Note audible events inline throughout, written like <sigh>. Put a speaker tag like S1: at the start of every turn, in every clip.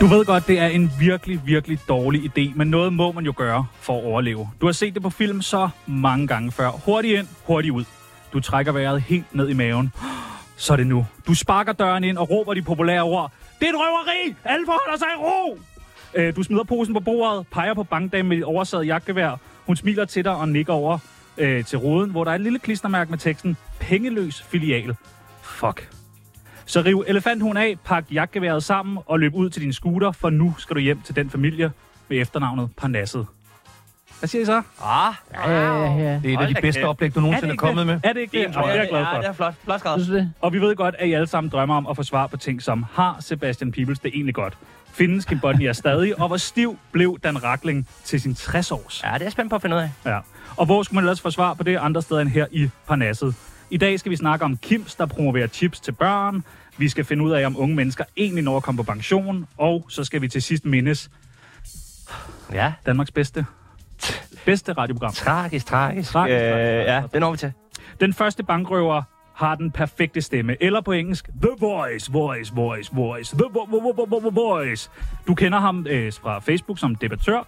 S1: Du ved godt, det er en virkelig, virkelig dårlig idé, men noget må man jo gøre for at overleve. Du har set det på film så mange gange før. Hurtigt ind, hurtigt ud. Du trækker vejret helt ned i maven. <gasps> Så er det nu. Du sparker døren ind og råber de populære ord. Det er et røveri! Alle forholder sig i ro! Øh, Du smider posen på bordet, peger på bankdamen med dit oversaget jagtgevær. Hun smiler til dig og nikker over øh, til ruden, hvor der er et lille klistermærke med teksten Pengeløs filial. Fuck. Så riv elefanthunden af, pak jagtgeværet sammen og løb ud til din scooter, for nu skal du hjem til den familie med efternavnet Parnasset. Hvad siger I så?
S2: Ah,
S3: Ja, ja, ja.
S2: det er et af
S4: Hold
S2: de
S4: da
S2: bedste
S4: kæft.
S2: oplæg, du nogensinde er
S1: ikke
S2: kommet med.
S1: det? Er det ikke det?
S4: en,
S1: det?
S4: tror
S1: Jeg er glad
S2: Ja,
S1: for.
S2: det er flot. Flot skrevet.
S3: Synes du det?
S1: Og vi ved godt, at I alle sammen drømmer om at få svar på ting som, har Sebastian Peebles det egentlig godt? Findes Kim Bodnia stadig? Og hvor stiv blev Dan Rakling til sin 60-års?
S4: Ja, det er jeg spændt på at finde ud af.
S1: Ja. Og hvor skulle man ellers få svar på det andre steder end her i Parnasset? I dag skal vi snakke om Kims, der promoverer chips til børn. Vi skal finde ud af, om unge mennesker egentlig når at komme på pension. Og så skal vi til sidst mindes
S4: Ja,
S1: Danmarks bedste, bedste radioprogram.
S4: tragisk, tragisk.
S1: Tragisk,
S4: øh,
S1: tragisk.
S4: ja, det når vi til.
S1: Den første bankrøver har den perfekte stemme, eller på engelsk, The Voice, Voice, Voice, Voice, The vo- vo- vo- vo- vo- Voice. Du kender ham øh, fra Facebook som debattør,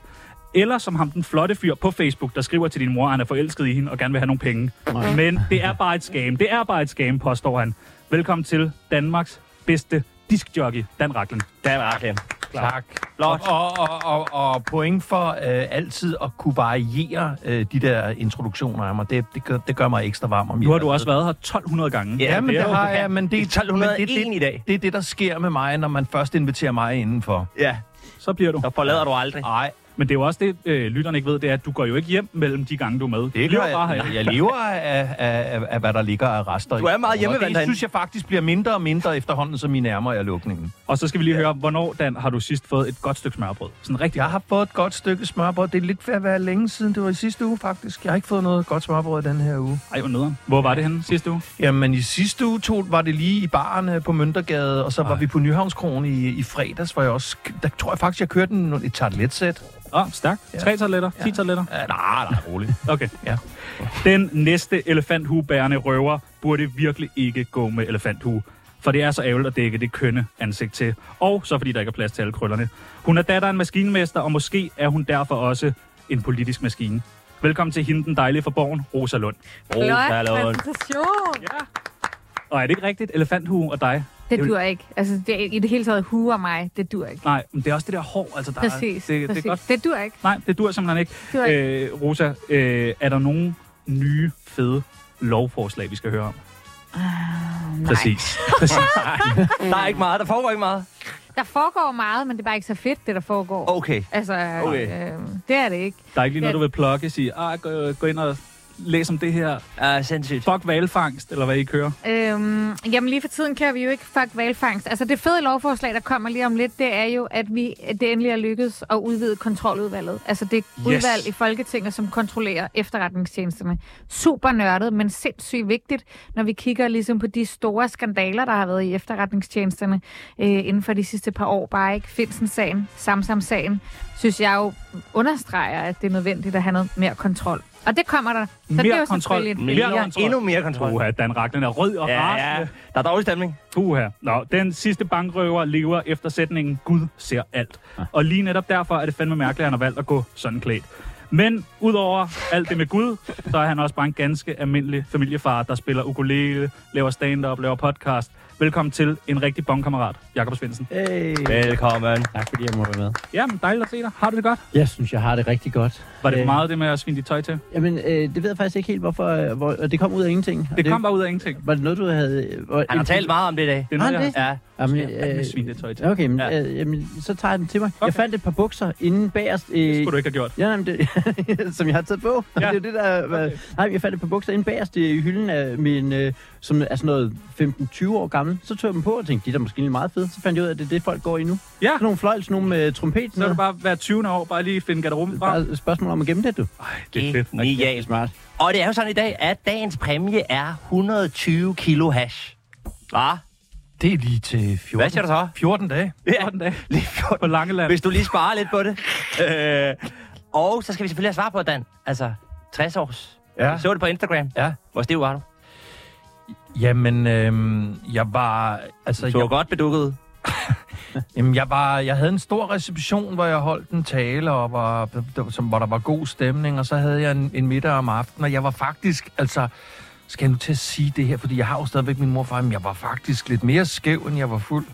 S1: eller som ham den flotte fyr på Facebook, der skriver til din mor, at han er forelsket i hende og gerne vil have nogle penge. Men det er bare et scam. Det er bare et scam, påstår han. Velkommen til Danmarks bedste diskjockey, Dan Raklen.
S4: Dan Arklem.
S2: Tak.
S4: Flot.
S2: Og, og, og, og point for øh, altid at kunne variere øh, de der introduktioner af mig. Det, det, gør, det gør mig ekstra varm om
S1: Nu har du
S2: hjertet.
S1: også været her 1200 gange.
S2: Ja, men
S1: det er
S2: det
S1: jo-
S2: har jeg, men det er
S4: 1201
S2: men
S4: i
S2: det,
S4: dag.
S2: det, det er det, der sker med mig, når man først inviterer mig indenfor.
S4: Ja,
S1: Så bliver du.
S4: så forlader du aldrig.
S1: Ah.
S2: Nej,
S1: Men det er jo også det, øh, lytterne ikke ved, det er, at du går jo ikke hjem mellem de gange, du er med.
S2: det
S1: Lever
S2: gør jeg.
S1: bare herinde.
S2: Jeg, jeg lever af, af, af, af, hvad der ligger af rester.
S4: Du er meget hjemmevandt
S2: Og Det
S4: derinde.
S2: synes jeg faktisk bliver mindre og mindre efterhånden, som I nærmer jer lukningen.
S1: Og så skal vi lige høre, hvornår, Dan, har du sidst fået et godt stykke smørbrød? Sådan rigtig
S2: Jeg har fået et godt stykke smørbrød. Det er lidt ved at være længe siden. Det var i sidste uge, faktisk. Jeg har ikke fået noget godt smørbrød i den her uge.
S1: Ej, hvor nederen. Hvor var det henne sidste uge?
S2: Jamen, i sidste uge tog, var det lige i baren øh, på Møntergade, og så var vi på Nyhavnskronen i, i fredags, hvor jeg også... Der tror jeg faktisk, jeg kørte en, et tarteletsæt.
S1: Åh, oh, stærkt. Tre tabletter? Ti tabletter?
S2: Ja, nej, nej, roligt.
S1: Okay.
S2: <laughs> Ja.
S1: Den næste elefanthuebærende røver burde virkelig ikke gå med elefanthue. For det er så ærgerligt at dække det kønne ansigt til. Og så fordi der ikke er plads til alle krøllerne. Hun er datter af en maskinmester, og måske er hun derfor også en politisk maskine. Velkommen til hende, den dejlige for borgen, Rosa Lund.
S4: Rosa Lund.
S3: præsentation.
S1: Og er det ikke rigtigt, elefanthue og dig?
S3: Det dur ikke. Altså, det, er- i det hele taget huer mig. Det dur ikke.
S1: Nej, men det er også det der hår, altså der er-
S3: Præcis.
S1: det, det er
S3: præcis.
S1: godt
S3: det dur ikke.
S1: Nej, det dur simpelthen ikke.
S3: dur
S1: Øh, Rosa, øh, er der nogen nye fede lovforslag, vi skal høre om? Uh, <laughs> Præcis. Præcis.
S4: Der er ikke meget, der foregår ikke meget.
S3: Der foregår meget, men det er bare ikke så fedt, det der foregår.
S1: Oh.
S4: Okay.
S3: Altså,
S4: Okay.
S3: øh, det er det ikke.
S1: Der er ikke lige noget, du vil plukke sige, ah, gå, gå ind og læs om det her.
S4: Uh, sindssygt.
S1: Fuck valfangst, eller hvad I kører.
S3: Øhm, jamen lige for tiden kører vi jo ikke fuck valfangst. Altså det fede lovforslag, der kommer lige om lidt, det er jo, at vi at det endelig er lykkedes at udvide kontroludvalget. Altså det yes. udvalg i Folketinget, som kontrollerer efterretningstjenesterne. Super nørdet, men sindssygt vigtigt, når vi kigger ligesom på de store skandaler, der har været i efterretningstjenesterne øh, inden for de sidste par år. Bare ikke Finsen-sagen, Samsam-sagen, synes jeg jo understreger, at det er nødvendigt at have noget mere kontrol. Og det kommer der. Så
S1: Mere
S3: det er jo
S1: kontrol.
S3: selvfølgelig en
S1: Mere
S3: fed-
S1: kontrol.
S4: Endnu mere kontrol.
S1: Uha, Dan Ragnar er rød og
S4: Ja,
S1: rasende.
S4: ja. Der er dårlig stemning.
S1: Uha. Nå, den sidste bankrøver lever efter sætningen, Gud ser alt. Og lige netop derfor er det fandme mærkeligt, at han har valgt at gå sådan klædt. Men udover alt det med Gud, så er han også bare en ganske almindelig familiefar, der spiller ukulele, laver stand-up, laver podcast. Velkommen til en rigtig bongkammerat, Jakob Svendsen.
S5: Hey.
S4: Velkommen.
S5: Tak fordi jeg må være med.
S1: Jamen, dejligt at se dig. Har du det godt?
S5: Jeg synes, jeg har det rigtig godt.
S1: Var det for
S5: Øh,
S1: meget det med at svine dit tøj til?
S5: Jamen, øh, det ved jeg faktisk ikke helt, hvorfor... Øh, hvor, og det kom ud af ingenting. Og
S1: Det kom bare ud af ingenting.
S5: Var det noget, du havde... øh, Var,
S4: Han har talt meget om det i dag.
S1: Det er
S5: Har
S1: noget,
S5: han
S1: jeg
S4: Ja,
S5: det? Jamen,
S1: har øh,
S5: øh,
S1: svine dit tøj til.
S5: okay, men,
S4: Ja.
S5: øh, jamen, så tager jeg den til mig.
S1: Okay.
S5: Jeg fandt et par bukser inden bagerst... Øh,
S1: Det skulle du ikke have gjort.
S5: Ja, jamen, det, <laughs> som jeg har taget på.
S1: Ja.
S5: Ja. <laughs> Det er jo det, der... Okay. Nej, men jeg fandt et par bukser inde bagerst i hylden af min... Øh, som er sådan noget 15-20 år gammel. Så tog jeg dem på og tænkte, de er da måske lige meget fede. Så fandt jeg ud af, at det er det, folk går i nu.
S1: Ja.
S5: Sådan nogle fløjl, sådan nogle med trompet.
S1: Så er det bare hver 20. år, bare lige finde garderoben frem.
S5: bare et spørgsmål om at gemme det, du.
S1: Det er fedt.
S4: genialt.
S5: smart.
S4: Og det er jo sådan i dag, at dagens præmie er 120 kilo hash. Hva?
S2: Det er lige til 14,
S4: Hvad siger du så?
S2: 14 dage.
S4: Ja,
S1: Sådan dag.
S4: lige 14.
S1: På Langeland.
S4: <laughs> Hvis du lige sparer lidt på det. Øh, og så skal vi selvfølgelig have svar på, Dan. Altså, 60 års.
S2: Ja.
S4: Jeg så det på Instagram.
S2: Ja.
S4: Hvor stiv var du?
S2: Jamen, øhm, jeg var... Altså,
S4: Du var
S2: jeg,
S4: godt bedukket.
S2: Jamen, jeg, var, jeg havde en stor reception, hvor jeg holdt en tale, og var, der- som, hvor der var god stemning, og så havde jeg en, en middag om aftenen, og jeg var faktisk, altså, skal jeg nu til at sige det her, fordi jeg har jo stadigvæk min morfar, men jeg var faktisk lidt mere skæv, end jeg var fuld.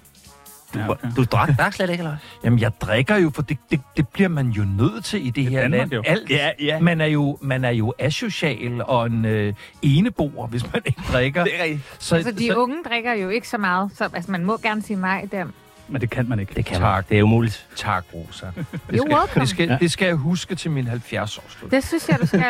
S1: Ja, okay.
S2: Du
S4: <laughs>
S2: drak?
S4: Drak slet ikke, eller hvad?
S2: Jamen, jeg drikker jo, for det, det, det bliver man jo nødt til i det, det her
S1: Danmark
S2: land.
S1: jo.
S2: Alt.
S4: Ja, ja.
S2: Man, er jo, man er jo asocial og en øh, eneboer, <laughs> hvis man ikke drikker.
S4: Det er rigtigt.
S2: Så,
S3: Altså, de unge drikker jo ikke så meget, så altså, man må gerne sige nej dem.
S1: Men det kan man ikke.
S4: Det kan
S2: Tak.
S4: man. Det er umuligt.
S2: Tak, Rosa. Det
S3: You're
S2: skal,
S3: welcome.
S2: det, skal, det skal jeg huske til min 70-års fødselsdag.
S3: Det synes jeg, du skal.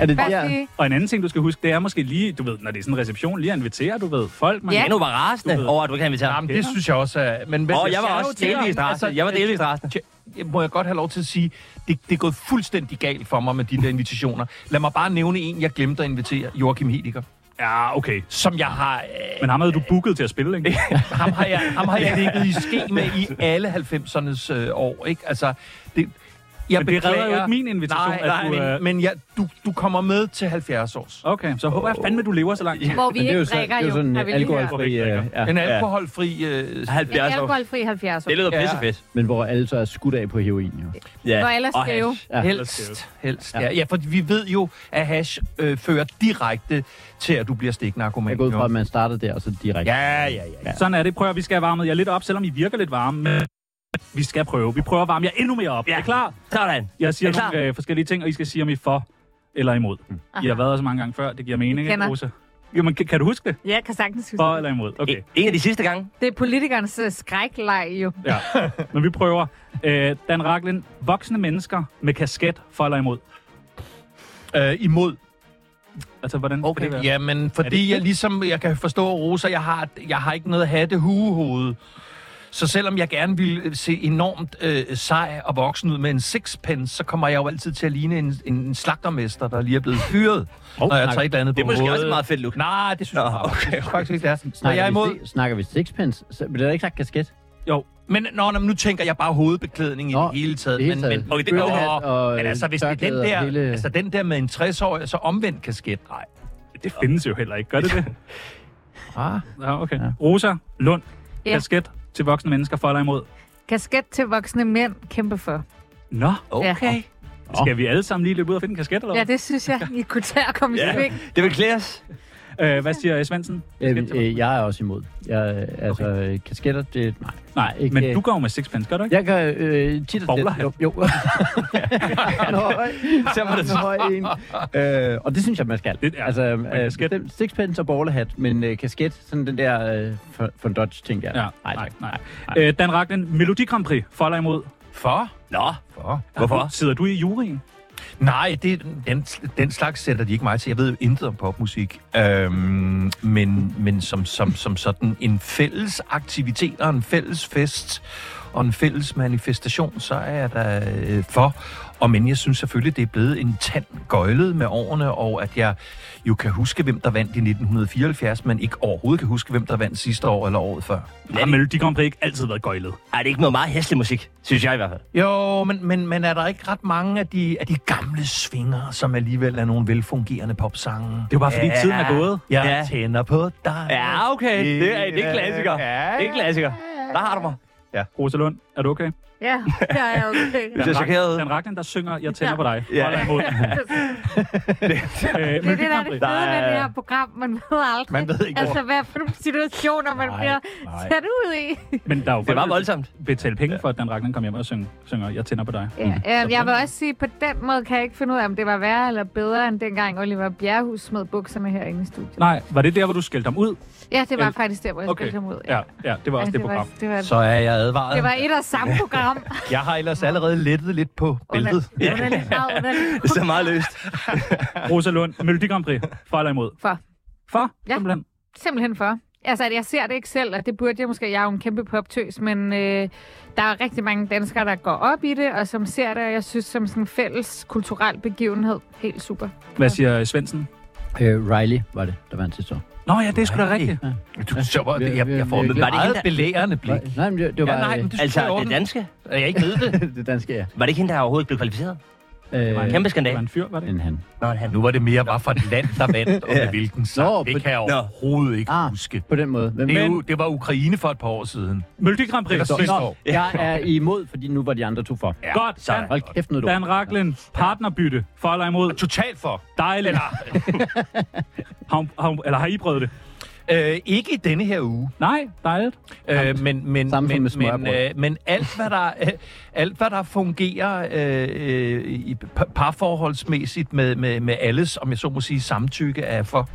S5: Er det
S3: Hvad
S5: der?
S3: siger I?
S1: Og en anden ting, du skal huske, det er måske lige, du ved, når det er sådan en reception, lige at invitere, du ved, folk. Man
S3: Ja.
S1: ja.
S4: Jeg nu var
S1: Du
S4: rasende
S1: ved.
S4: over, at du kan invitere ham.
S2: Jamen, det synes jeg også er... Men, men,
S4: Åh, jeg var også delvist
S1: altså-
S4: rasende. Altså, Jeg var delvist rasende.
S2: Jeg- Må jeg godt have lov til at sige, det, det er gået fuldstændig galt for mig med de der invitationer. Lad mig bare nævne en, jeg glemte at invitere. Joachim Hediger.
S1: ja, okay.
S2: Som jeg har... Øh,
S1: Men ham havde du booket til at spille, ikke?
S2: ham har jeg, ham har jeg ligget i ske med i alle 90'ernes øh, år, ikke? Altså, det, jeg
S1: Men det redder jo
S2: beklager-
S1: ikke min invitation,
S2: Nej,
S1: at
S2: nej,
S1: du, øh,
S2: men, men jeg, du, du kommer med til 70 års.
S1: Okay, så håber jeg fandme, du lever så langt. Ja.
S3: Hvor vi
S5: Men det er
S3: ikke
S5: jo så-
S3: drikker
S5: det er jo sådan
S3: har
S5: en
S3: vi lige hørt.
S5: alkoholfri...
S1: hørt.
S5: øh, ja,
S2: En
S5: ja.
S2: alkoholfri... Øh,
S4: 70
S3: En
S4: år.
S3: alkoholfri 70 år.
S4: Det lyder
S2: Ja.
S4: pissefedt.
S5: Men hvor alle så er skudt af på heroin, jo.
S4: Ja.
S3: Hvor alle
S4: Og
S3: skæve.
S4: hash.
S5: Ja.
S2: Helst, helst. Ja. ja, for vi ved jo, at hash øh, fører direkte til, at du bliver stiknarkoman.
S5: Jeg går ud fra,
S2: jo.
S5: at man startede der, og så direkte.
S2: Ja, ja, ja. ja.
S1: Sådan er det. Prøv at, vi skal have varmet jer lidt op, selvom I virker lidt varme. Men vi skal prøve. Vi prøver at varme jer endnu mere op. Ja. Er I klar?
S4: Sådan.
S1: Jeg siger
S4: Er I klar?
S1: nogle øh, forskellige ting, og I skal sige, om I er for eller imod. I har været her så mange gange før. Det giver mening, ikke,
S3: kender.
S1: Rosa? Jamen, kan, kan du huske det?
S3: Ja, jeg kan sagtens huske
S1: For
S3: det.
S1: eller imod?
S4: Okay.
S1: Okay.
S4: En af de sidste gange.
S3: Det er politikernes øh, skrækleg jo.
S1: Ja. Men vi prøver. Øh, Dan Raglen, voksne mennesker med kasket, for eller imod?
S2: Øh, imod.
S1: Altså, hvordan
S4: Okay,
S1: kan det være?
S2: Jamen, fordi
S1: ikke
S2: jeg ligesom, jeg kan forstå, Rosa, jeg har, jeg har ikke noget hatte huehoved. Så selvom jeg gerne ville se enormt øh, sej og voksen ud med en sixpence, så kommer jeg jo altid til at ligne en, en, en slagtermester, der lige er blevet fyret, oh, når jeg tager et eller andet
S4: Det er
S2: på
S4: måske
S2: hovedet.
S4: også et meget fedt look.
S2: Nej, det synes
S4: Nå,
S2: jeg, okay,
S4: okay,
S2: okay. jeg synes faktisk ikke, det er. Så jeg
S5: Snakker,
S2: er imod.
S5: vi, si- snakker vi sixpence, så bliver der ikke sagt kasket.
S1: Jo,
S2: Men, nå, nå, men nu tænker jeg bare hovedbeklædning
S5: Nå,
S2: i det hele taget.
S5: det hele
S2: Men,
S5: taget.
S2: men,
S4: Okay, det-
S2: Åh,
S5: Bøllehat og,
S2: men altså, hvis det er den
S5: tørklæde og
S2: der,
S5: hele-
S2: altså, den der med en 60-årig, så omvendt kasket. Nej.
S1: det findes jo heller ikke. Gør det det?
S5: <laughs> Ah,
S1: Ja, okay. Rosa Lund,
S3: Ja.
S1: kasket til voksne mennesker, for eller imod?
S3: Kasket til voksne mænd, kæmpe for.
S1: Nå,
S4: Okay.
S1: skal vi alle sammen lige løbe ud og finde en kasket, eller
S3: Ja,
S1: hvad?
S3: det synes jeg, I kunne tage og komme i
S4: Ja.
S3: sving.
S4: Det vil klæde os.
S1: Øh, hvad siger Svendsen?
S5: øh,
S1: Kasket til
S5: øh, jeg er også imod. Jeg, øh, altså, okay. kasketter, det... Nej.
S1: Nej,
S5: ikke,
S1: men
S5: øh,
S1: du går jo med sixpence, gør du ikke?
S5: Jeg kan øh, tit og
S1: Bowler
S5: lidt- Jo. <laughs> jo. en høj, så var det en høj en. Øh, og det synes jeg, man skal.
S1: Det er-
S5: altså, øh,
S1: kasket.
S5: bestemt sixpence og bowlerhat, men øh, kasket, sådan den der øh, for, for en dodge, tænker jeg.
S1: Ja,
S5: nej,
S1: nej,
S5: tak.
S1: nej. Øh, Dan Raglen, Melodi Grand Prix, for eller imod?
S2: For?
S4: Nå,
S2: For?
S4: hvorfor?
S1: Sidder du i juryen?
S2: Nej, det, den, den slags sætter de ikke mig til. Jeg ved jo intet om popmusik. Øhm, men men som, som, som sådan en fælles aktivitet og en fælles fest og en fælles manifestation, så er jeg da øh, for. Og men jeg synes selvfølgelig, det er blevet en tand gøjlet med årene, og at jeg jo kan huske, hvem der vandt i 1974, men ikke overhovedet kan huske, hvem der vandt sidste år eller året før.
S1: Har Melodi Grand Prix ikke altid været gøjlet?
S4: Er det ikke noget meget hæslig musik? Synes jeg i hvert fald.
S2: Jo, men, men, men er der ikke ret mange af de, af de gamle svinger, som alligevel er nogle velfungerende popsange?
S1: Det er jo bare fordi,
S4: Ja.
S1: tiden er gået.
S2: Jeg
S4: Ja.
S2: ja. tænder på dig.
S4: Ja, okay. Det er, det er klassiker.
S2: Ja,
S4: Det er klassiker. Der har du mig.
S1: Rosa Lund, er du okay?
S3: Ja, det er jeg okay.
S4: Du ser chokeret ud.
S1: Dan Raglen, der synger, jeg tænder
S3: Ja.
S1: på dig.
S4: Ja.
S1: For eller
S3: <laughs>
S1: imod? Øh,
S3: Det er det,
S1: Melodi
S3: der er
S1: Grand Prix.
S3: det fede med
S4: Der er-
S3: det her program. Man ved aldrig,
S2: Man ved ikke, hvor-
S3: altså, hvad for nogle situationer, man bliver sat ud i.
S1: Men der er jo
S4: Det var
S1: folk, der
S4: voldsomt.
S1: betalte penge for, at Dan Raglen kom hjem og syng, synger, jeg tænder på dig.
S3: Ja, øh, jeg vil også sige, på den måde kan jeg ikke finde ud af, om det var værre eller bedre, end dengang Oliver Bjerrehus smed bukserne herinde i studiet.
S1: Nej, var det der, hvor du skældte ham ud?
S3: Ja, det var
S1: El-
S3: faktisk der, hvor jeg okay. ham ud.
S1: Ja, ja, det var også
S3: Ja,
S1: det program.
S3: Var, det, var,
S2: Så er jeg advaret.
S3: det var et og samme program.
S2: Jeg har ellers allerede lettet lidt på billedet.
S3: Under- underligt, meget
S1: <laughs>
S3: underligt.
S4: Det er så meget løst.
S1: Rosa Lund, Melodi Grand Prix, for eller imod?
S3: For.
S1: For,
S3: Ja.
S1: simpelthen.
S3: Simpelthen for. Altså, at jeg ser det ikke selv, og det burde jeg måske. Jeg er jo en kæmpe poptøs, men øh, der er rigtig mange danskere, der går op i det, og som ser det, og jeg synes, som sådan en fælles kulturel begivenhed. Helt super.
S1: Hvad siger Svendsen?
S5: Øh, Riley var det, der vandt sidste år.
S1: Nå ja, det er sgu da rigtigt.
S2: Du, så var,
S5: Vi-
S2: jeg,
S5: vi-
S2: jeg får
S5: vi-
S2: et
S5: vi-
S4: Var det hende,
S2: meget
S4: der-
S2: belærende blik.
S5: Nej, men det, det var
S2: Ja, nej, men det synes
S4: Altså,
S2: jeg er i
S4: det
S2: orden.
S4: danske.
S5: <laughs>
S2: Jeg ikke ved det.
S5: det danske, ja.
S4: Var det ikke hende, der overhovedet blev kvalificeret?
S1: var en-
S4: Kæmpe skandal.
S1: var en fyr, var det?
S5: En han.
S4: Nå, han.
S2: Nu var det mere bare for et land, der vandt, og med
S5: Ja.
S2: hvilken sang.
S5: Nå,
S2: det
S5: på-
S2: kan jeg
S5: Nå.
S2: overhovedet ikke
S5: Ah.
S2: huske.
S5: På den måde. Hvem
S2: Det, er
S1: Men-
S2: jo, det var Ukraine for et par år siden.
S1: Melodi Grand Prix.
S2: Eller sidste
S1: Nå,
S2: år.
S5: altså, Jeg er imod, fordi nu var de andre to for.
S2: Ja,
S1: Godt.
S2: sådan.
S1: Dan,
S5: Hold kæft noget
S1: Dan Raklen, partnerbytte. For eller imod.
S2: Totalt for.
S1: Dejligt. <laughs> har, hun, har, hun, eller har I prøvet det?
S2: Øh, ikke i denne her uge.
S1: Nej, dejligt.
S2: Øh, men, men,
S5: Samme som
S2: men,
S5: med
S2: men,
S5: smørrebrød.
S2: øh, men alt, hvad der, øh, alt, hvad der fungerer øh, øh, i pa- parforholdsmæssigt med, med, med alles, om jeg så må sige, samtykke, er for.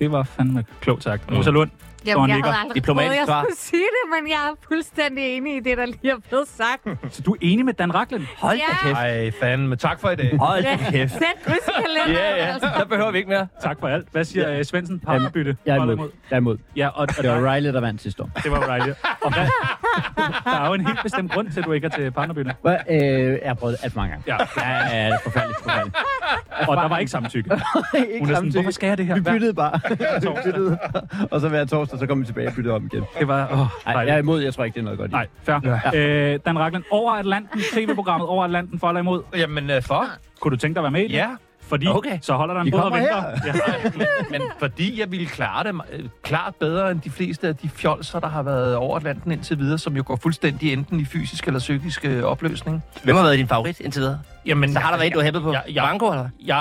S1: Det var fandme klogt sagt. Rosa Lund,
S3: Jamen, jeg
S1: nikker.
S3: havde aldrig
S4: Mm. Diplomatisk
S3: troet, jeg
S4: svar.
S3: skulle sige det, men jeg er fuldstændig enig i det, der lige er blevet sagt.
S1: så du er enig med Dan Raklen?
S4: Hold da
S3: Ja.
S4: kæft.
S2: Ej, fandme. Tak for i dag.
S4: Hold da kæft.
S3: Sæt krydskalenderen,
S4: Ja, ja.
S3: altså.
S4: Der behøver vi ikke mere.
S1: Tak for alt. Hvad siger ja. Svendsen? Partnerbytte.
S5: Jeg er
S1: For eller
S5: imod. Jeg er imod.
S1: Ja, og, og
S5: Det
S1: der,
S5: var Riley, der vandt sidste år.
S1: det var right. Og hvad, der er jo en helt bestemt grund til, at du ikke er til partnerbytte.
S5: Hva, øh, jeg har prøvet alt for mange gange.
S1: Ja,
S5: Ja, ja, det er forfærdeligt, forfærdeligt.
S1: og der var ikke samtykke.
S5: <laughs> ikke
S1: Hun er sådan,
S5: samtykke.
S1: hvorfor skal jeg det her?
S5: Vi
S1: Hver
S5: byttede <laughs> bare. vi
S1: torsdag.
S5: byttede. Og så hver torsdag, så kom vi tilbage og byttede om igen.
S1: Det var... Åh,
S5: Nej,
S1: dejligt.
S5: jeg er imod. Jeg tror ikke, det er noget godt i.
S1: Nej, fair. Ja. Øh, Dan Ragland, over Atlanten, tv-programmet over Atlanten, for eller imod.
S2: Jamen, øh, for.
S1: Kunne du tænke dig at være med i det?
S2: Ja.
S1: Fordi
S2: Okay.
S1: så holder der en
S5: De
S1: båd og
S5: kommer
S1: venter. Ja.
S2: Men fordi jeg ville klare det øh, klart bedre end de fleste af de fjolser, der har været over Atlanten indtil videre, som jo går fuldstændig enten i fysisk eller psykisk øh, opløsning.
S4: Hvem har været din favorit indtil videre?
S2: Jamen,
S4: Så har der været et, du har hæppet på.
S2: Jeg, jeg,
S4: Banko, eller hvad?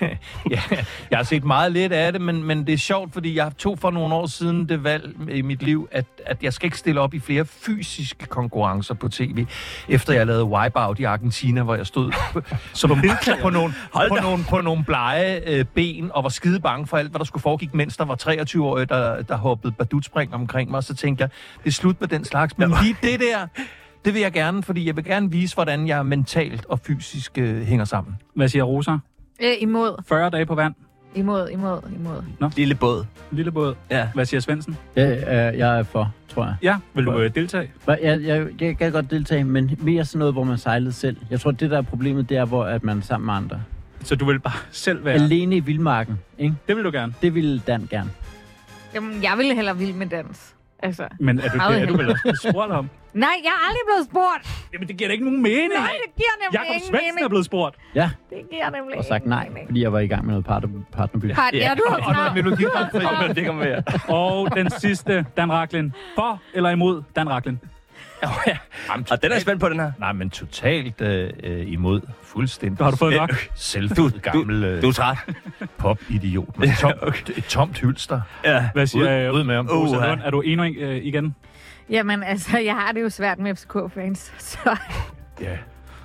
S2: jeg, <laughs> ja, jeg har set meget lidt af det, men, men det er sjovt, fordi jeg tog for nogle år siden det valg i mit liv, at, at jeg skal ikke stille op i flere fysiske konkurrencer på tv, efter jeg lavede Wipeout i Argentina, hvor jeg stod på,
S1: Så du
S2: på, nogle, på, nogle, på nogle blege øh, ben og var skide bange for alt, hvad der skulle foregik, mens der var 23 år, der, der hoppede badutspring omkring mig. Så tænkte jeg, det er slut med den slags, men lige det der... Det vil jeg gerne, fordi jeg vil gerne vise, hvordan jeg mentalt og fysisk øh, hænger sammen.
S1: Hvad siger Rosa?
S3: Øh, imod,
S1: 40 dage på vand.
S3: imod, imod, imod.
S4: Lille båd.
S1: Lille båd.
S4: Ja.
S1: Hvad siger Svendsen?
S5: Jeg, øh, jeg er for, tror jeg.
S1: Ja, vil du øh, deltage?
S5: Hva- Jeg, jeg, jeg kan godt deltage, men mere sådan noget, hvor man sejlede selv. Jeg tror, det der er problemet, det er, hvor at man er sammen med andre.
S1: Så du vil bare selv
S5: Ja.
S1: være...
S5: Alene i vildmarken, ikke?
S1: Det vil du gerne.
S5: Det ville Dan gerne.
S3: Jamen, jeg ville hellere vild med dans. Altså.
S1: Men er du,
S3: Meget
S1: det, er du vel
S3: heldigt.
S1: også spurgt om?
S3: Nej, jeg er aldrig blevet spurgt.
S1: Jamen, det giver da ikke nogen mening.
S3: Nej, det giver nemlig
S1: Jakob
S3: ingen
S1: Svendsen er
S3: mening.
S1: blevet spurgt.
S5: Ja,
S3: Det giver nemlig
S5: og sagt nej,
S3: ingen mening.
S5: fordi jeg var i gang med noget partner, partnerbytte.
S3: Part, ja, du har
S2: Og
S3: travlt.
S4: <laughs>
S2: Melodi
S3: Du har
S2: Grand Prix.
S3: travlt.
S4: Det kommer mere.
S1: Og den sidste, Dan Raklen. For eller imod Dan Raklen?
S4: Og den er jeg spændt på, den her.
S2: Nej, men totalt øh, øh, imod. Fuldstændig.
S1: Har du fået nok?
S2: Selvfødt gammel øh,
S4: Du er træt.
S2: popidiot. Med tom, Et tomt hylster.
S4: Ja.
S1: Hvad
S2: Ud,
S1: siger
S2: ud
S1: øh,
S2: med ham.
S4: Uh.
S1: Rosa
S4: Uha.
S1: Lund? Er du enig øh, igen?
S3: Jamen, altså, jeg har det jo svært med FCK-fans, <laughs> så
S2: Ja,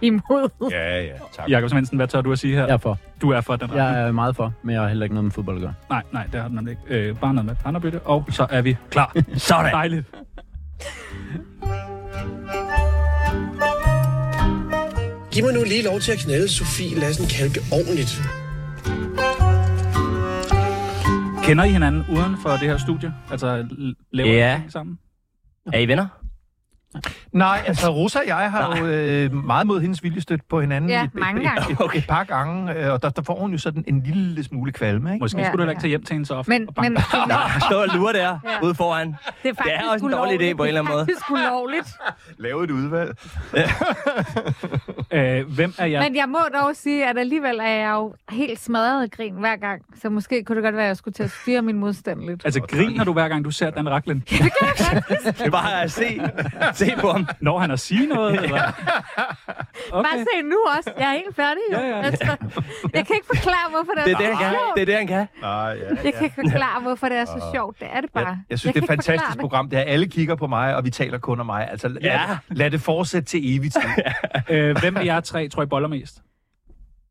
S3: imod.
S2: ja, ja. Tak.
S1: Jakob Svendsen, hvad tør du at sige her?
S5: Jeg er for.
S1: Du er for Dan Raklen.
S5: Jeg er meget for, men jeg har heller ikke noget med fodbold at gøre.
S1: Nej, nej, det har den nemlig ikke. Øh, bare noget med partnerbytte, og så er vi
S2: <laughs>
S1: klar.
S4: Sådan.
S1: Dejligt.
S6: Giv mig nu lige lov til at knalde Sofie Lassen Kalke ordentligt.
S1: Kender I hinanden uden for det her studie? Altså, l- laver
S4: Ja.
S1: I ting sammen?
S4: Er I venner?
S2: Nej, altså Rosa og jeg har jo øh, meget mod hendes vilje stødt på hinanden.
S3: Ja,
S2: et- et-
S3: mange gange.
S2: Et, et, et par gange, øh, og der, der får hun jo sådan en lille smule kvalme, ikke?
S1: Måske
S3: Ja,
S1: skulle du heller
S3: ja.
S1: ikke tage hjem til hende så ofte.
S3: Men,
S1: og <laughs> banke
S3: men
S1: på.
S3: Signe,
S4: Der står og lurer der
S3: Ja.
S4: ude foran.
S3: det er faktisk
S4: Det er også en dårlig
S3: ulovligt.
S4: idé på en eller anden måde.
S3: Det er faktisk ulovligt.
S2: Lave et udvalg.
S1: Øh, hvem er jeg?
S3: Men jeg må dog sige, at alligevel er jeg jo helt smadret af grin hver gang. Så måske kunne det godt være, at jeg skulle til at styre min modstand
S1: <laughs>
S3: lidt.
S1: Altså, griner du hver gang, du ser Dan Raklen?
S4: Det er bare at se, se på ham.
S1: Når han at sige noget? Eller?
S3: Bare
S1: Okay.
S3: se nu også. Jeg er helt færdig. Jo.
S1: Ja, ja.
S3: Altså, jeg kan ikke forklare, hvorfor det er,
S4: Det er det,
S3: så
S4: han kan.
S3: sjovt.
S4: Det er det, han kan.
S2: Nej, ja.
S3: Jeg kan ikke forklare, hvorfor det er så sjovt. Det er det bare.
S2: Jeg, jeg synes,
S3: jeg
S2: det er
S3: kan
S2: et
S3: ikke
S2: fantastisk
S3: forklare
S2: program. Det er, alle kigger på mig, og vi taler kun om mig. Altså, lad,
S4: Ja.
S2: lad det fortsætte til evigt.
S1: <laughs> Øh, hvem af jer tre, tror I boller mest?
S3: det.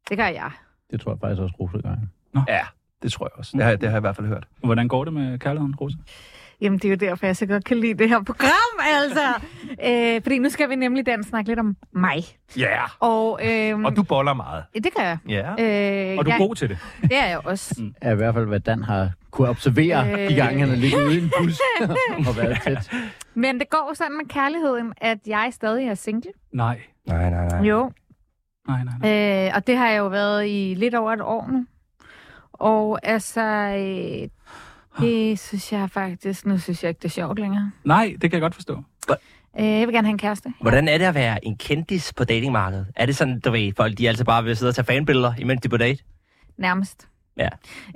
S3: Det gør jeg.
S5: Det tror jeg faktisk også, Rose gør.
S2: ja, det tror jeg også. Det har, det har jeg i hvert fald hørt.
S1: Hvordan går det med kærligheden, Rosa?
S3: Jamen, det er jo derfor, jeg så godt kan lide det her program, altså. Øh, fordi nu skal vi nemlig, Dan, snakke lidt om mig.
S2: Ja, yeah.
S3: Og,
S4: Mm.
S3: øh,
S2: og du boller meget.
S3: det gør jeg.
S2: Ja.
S3: Øh,
S1: Og du er
S3: jeg,
S1: god til det.
S3: Det er jeg også.
S5: Er i hvert fald, hvad Dan har kunne observere øh... de gange, han har ligget ude i en
S3: <laughs>
S5: bus og været tæt.
S3: Men det går jo sådan med kærligheden, at jeg stadig er single.
S1: Nej,
S4: Nej, nej, nej.
S3: Jo.
S1: nej, nej. nej.
S3: Øh, og det har jeg jo været i lidt over et år nu. Og altså, øh, det synes jeg faktisk, nu synes jeg ikke, det er sjovt længere.
S1: Nej, det kan jeg godt forstå.
S3: Øh, jeg vil gerne have en kæreste.
S4: Hvordan er det at være en kendis på datingmarkedet? Er det sådan, du ved, folk de er altså bare ved at sidde og tage fanbilleder, imens de er på date?
S3: Nærmest.
S4: Ja.